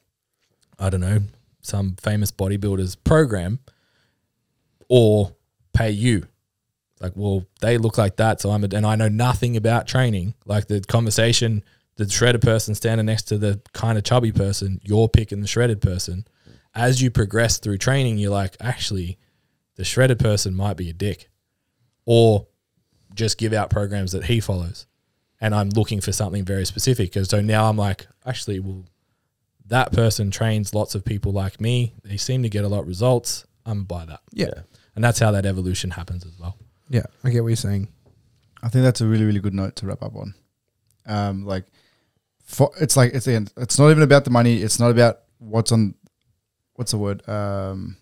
Speaker 4: I don't know some famous bodybuilder's program or pay you like, well, they look like that, so I'm, a, and I know nothing about training. Like the conversation, the shredded person standing next to the kind of chubby person, you're picking the shredded person. As you progress through training, you're like, actually, the shredded person might be a dick, or just give out programs that he follows, and I'm looking for something very specific. And so now I'm like, actually, well, that person trains lots of people like me. They seem to get a lot of results. I'm gonna buy that,
Speaker 1: Yeah.
Speaker 4: and that's how that evolution happens as well.
Speaker 1: Yeah. I get what you're saying.
Speaker 2: I think that's a really, really good note to wrap up on. Um, like, for, it's like it's the end. It's not even about the money. It's not about what's on, what's the word? Um,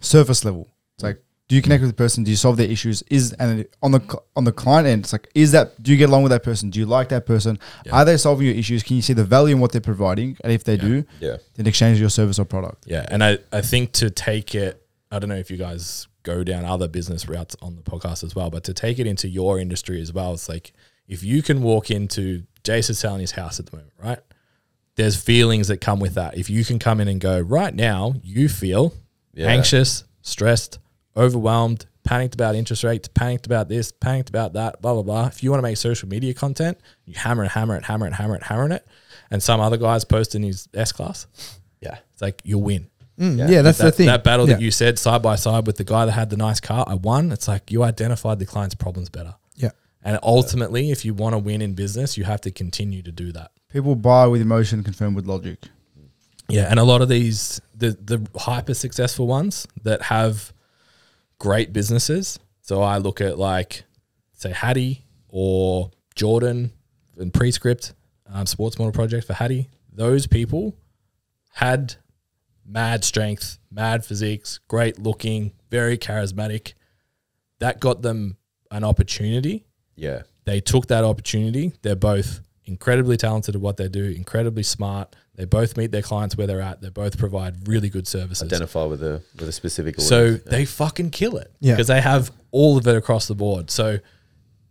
Speaker 2: surface level. It's like, do you connect with the person? Do you solve their issues? Is and on the cl- on the client end, it's like, is that? Do you get along with that person? Do you like that person?
Speaker 4: Yeah.
Speaker 2: Are they solving your issues? Can you see the value in what they're providing? And if they do,
Speaker 3: yeah.
Speaker 2: then exchange your service or product.
Speaker 4: Yeah, and I, I think to take it, I don't know if you guys go down other business routes on the podcast as well, but to take it into your industry as well, it's like if you can walk into Jason's selling his house at the moment, right? There's feelings that come with that. If you can come in and go, right now, you feel
Speaker 3: Yeah.
Speaker 4: anxious, stressed, overwhelmed, panicked about interest rates, panicked about this, panicked about that, blah, blah, blah. If you want to make social media content, you hammer and hammer it, hammer it, hammer it, hammering it. And some other guy's posting his S class.
Speaker 3: Yeah.
Speaker 4: It's like, you'll win.
Speaker 5: Mm,
Speaker 3: Yeah.
Speaker 5: yeah, that's
Speaker 4: that,
Speaker 5: the thing.
Speaker 4: That battle
Speaker 5: yeah.
Speaker 4: that you said side by side with the guy that had the nice car, I won. It's like you identified the client's problems better.
Speaker 5: Yeah.
Speaker 4: And ultimately, if you want to win in business, you have to continue to do that.
Speaker 2: People buy with emotion, confirm with logic.
Speaker 4: Yeah, and a lot of these the the hyper successful ones that have great businesses. So I look at like say Hattie or Jordan and Prescript um, Sports Model Project for Hattie. Those people had mad strength, mad physiques, great looking, very charismatic. That got them an opportunity
Speaker 3: Yeah.
Speaker 4: they took that opportunity. They're both incredibly talented at what they do, incredibly smart. They both meet their clients where they're at. They both provide really good services.
Speaker 3: Identify with a with a specific audience.
Speaker 4: So they fucking kill it
Speaker 5: Yeah.
Speaker 4: because they have all of it across the board. So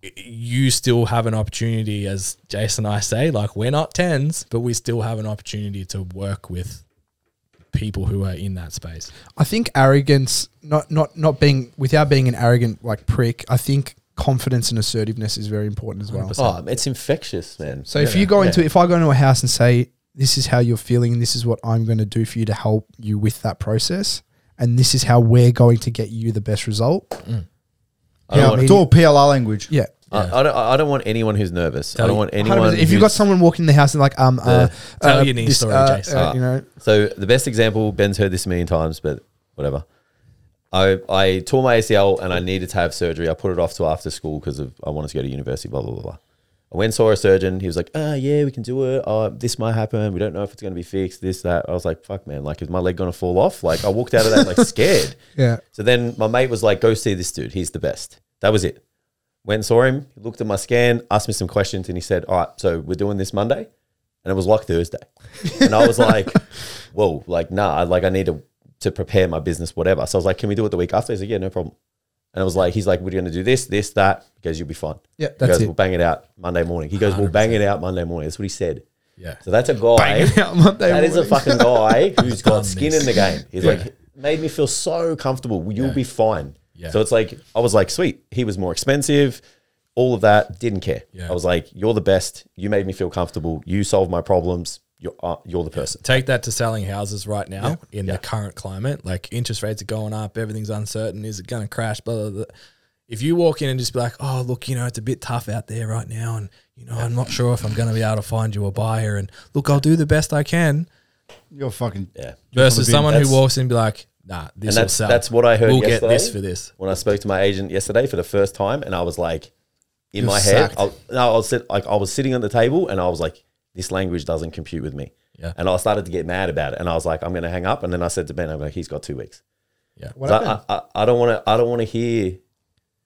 Speaker 4: y- you still have an opportunity, as Jason and I say, like we're not tens, but we still have an opportunity to work with people who are in that space.
Speaker 5: I think arrogance, not not not being without being an arrogant like prick. I think confidence and assertiveness is very important as well.
Speaker 4: 100%.
Speaker 3: Oh, it's infectious, man.
Speaker 5: So if you go into, if I go into a house and say, "This is how you're feeling, and this is what I'm going to do for you to help you with that process, and this is how we're going to get you the best result,"
Speaker 3: I don't
Speaker 5: Yeah,
Speaker 3: want,
Speaker 2: It's all PLR language.
Speaker 5: yeah.
Speaker 3: I, I don't, I don't want anyone who's nervous. I
Speaker 4: Tell
Speaker 3: don't
Speaker 4: you-
Speaker 3: want
Speaker 5: 100%.
Speaker 3: anyone.
Speaker 5: If you've
Speaker 3: who's-
Speaker 5: got someone walking in the house and like, um, uh,
Speaker 4: Tell
Speaker 5: uh,
Speaker 4: your knee story, Jason.
Speaker 5: uh, you know,
Speaker 3: So the best example, Ben's heard this a million times, but whatever. I, I tore my ACL and I needed to have surgery. I put it off till after school because of I wanted to go to university. Blah blah blah. blah. I went and saw a surgeon. He was like, "Ah, yeah, we can do it. Uh, this might happen. We don't know if it's going to be fixed. This that." I was like, "Fuck, man! Like, is my leg going to fall off?" Like, I walked out of that like scared.
Speaker 5: yeah,
Speaker 3: So then my mate was like, go see this dude. He's the best. That was it. Went and saw him, looked at my scan, asked me some questions, and he said, All right, so we're doing this Monday. And it was like Thursday. And I was like, Whoa, like, nah, like I need to, to prepare my business, whatever. So I was like, Can we do it the week after? He's like, Yeah, no problem. And I was like, He's like, We're going to do this, this, that. He goes, You'll be fine.
Speaker 5: Yeah,
Speaker 3: He
Speaker 5: that's
Speaker 3: goes,
Speaker 5: it.
Speaker 3: We'll bang it out Monday morning. He goes, we will bang it out Monday morning. That's what he said.
Speaker 4: Yeah.
Speaker 3: So that's a guy. That is a fucking guy who's got skin in the game. He's like made me feel so comfortable. You'll be fine.
Speaker 4: Yeah.
Speaker 3: So it's like I was like, sweet. He was more expensive. All of that didn't care.
Speaker 4: Yeah.
Speaker 3: I was like, you're the best. You made me feel comfortable. You solved my problems. You're uh, you're the person.
Speaker 4: Take that to selling houses right now in the current climate. Like interest rates are going up, everything's uncertain. Is it going to crash? Blah, blah, blah. If you walk in and just be like, oh, look, you know, it's a bit tough out there right now. And, you know, I'm not sure if I'm going to be able to find you a buyer. And look, I'll do the best I can
Speaker 2: You're fucking.
Speaker 3: Yeah.
Speaker 4: versus someone who
Speaker 3: That's-
Speaker 4: walks in and be like, nah,
Speaker 3: And
Speaker 4: this will
Speaker 3: that's
Speaker 4: sell.
Speaker 3: that's what I heard.
Speaker 4: We'll get
Speaker 3: yesterday
Speaker 4: this for this.
Speaker 3: When I spoke to my agent yesterday for the first time, and I was like, in my head,
Speaker 2: sacked.
Speaker 3: I, no, I was sit, like I was sitting on the table, and I was like, this language doesn't compute with me.
Speaker 4: Yeah.
Speaker 3: And I started to get mad about it, and I was like, I'm going to hang up. And then I said to Ben, I'm like, he's got two weeks.
Speaker 4: Yeah.
Speaker 3: So I, I, I don't want to. I don't want to hear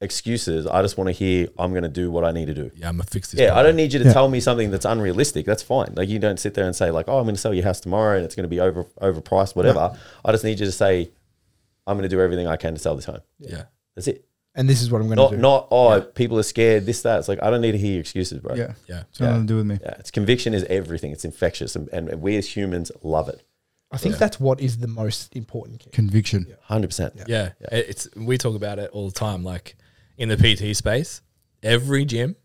Speaker 3: excuses. I just want to hear I'm going to do what I need to do.
Speaker 4: Yeah, I'm going to fix this.
Speaker 3: Yeah, I
Speaker 4: problem.
Speaker 3: don't need you to tell me something that's unrealistic. That's fine. Like you don't sit there and say like, "Oh, I'm going to sell your house tomorrow and it's going to be over overpriced, whatever." I just need you to say, "I'm going to do everything I can to sell this home."
Speaker 4: Yeah.
Speaker 3: That's it.
Speaker 5: and this is what I'm going
Speaker 3: Not
Speaker 5: to do.
Speaker 3: not oh, people are scared. This that. It's like I don't need to hear your excuses, bro.
Speaker 2: Yeah.
Speaker 4: Yeah.
Speaker 2: It's got nothing to do with me.
Speaker 3: Yeah, it's conviction is everything. It's infectious, and, and we as humans love it.
Speaker 5: I think that's what is the most important. Key.
Speaker 2: Conviction.
Speaker 3: Hundred percent.
Speaker 4: Yeah. It- It's we talk about it all the time. Like in the PT space, every gym,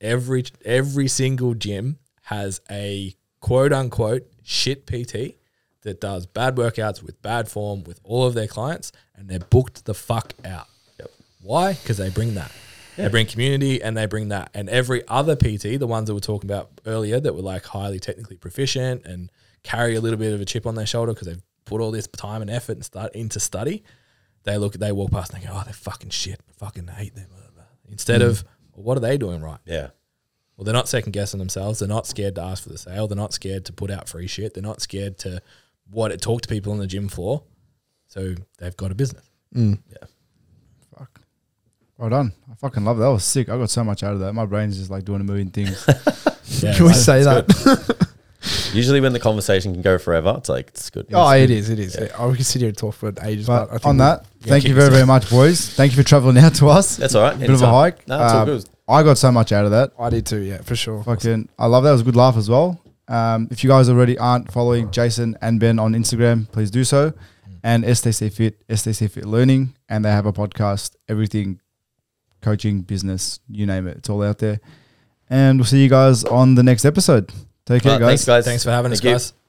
Speaker 4: every every single gym has a quote unquote shit PT that does bad workouts with bad form with all of their clients and they're booked the fuck out.
Speaker 3: Yep.
Speaker 4: Why? Because they bring that. They bring community and they bring that. And every other PT, the ones that we're talking about earlier that were like highly technically proficient and carry a little bit of a chip on their shoulder because they've put all this time and effort and start into study, they look they walk past and they go, Oh, they're fucking shit. I fucking hate them. Instead of well, what are they doing right?
Speaker 3: Yeah.
Speaker 4: Well, they're not second guessing themselves. They're not scared to ask for the sale. They're not scared to put out free shit. They're not scared to what it talk to people on the gym floor. So they've got a business.
Speaker 2: Fuck. Well done. I fucking love that. That was sick. I got so much out of that. My brain's just like doing a million things.
Speaker 4: Yeah,
Speaker 5: Can we
Speaker 4: I-
Speaker 5: say that?
Speaker 3: Usually, when the conversation can go forever, it's like it's good.
Speaker 5: oh, it is. It is. I we could sit here and talk for ages. But, I
Speaker 2: but
Speaker 5: think
Speaker 2: on
Speaker 5: we-
Speaker 2: that, thank you very, very much, boys. Thank you for traveling out to us.
Speaker 3: That's all right.
Speaker 2: Bit of a
Speaker 3: Anytime.
Speaker 2: hike.
Speaker 3: No, it's all
Speaker 2: Um,
Speaker 3: good.
Speaker 2: I got so much out of that.
Speaker 5: I did too. Yeah, for sure.
Speaker 2: Fucking, I love that. It was a good laugh as well. Um, if you guys already aren't following Jason and Ben on Instagram, please do so.
Speaker 3: Mm.
Speaker 2: and STC Fit, STC Fit Learning, and they have a podcast, everything coaching, business, you name it, it's all out there. And we'll see you guys on the next episode. Take care,
Speaker 3: Alright,
Speaker 2: guys.
Speaker 3: Thanks, guys.
Speaker 4: Thanks for having
Speaker 3: Thank
Speaker 4: us,
Speaker 3: you.
Speaker 4: guys.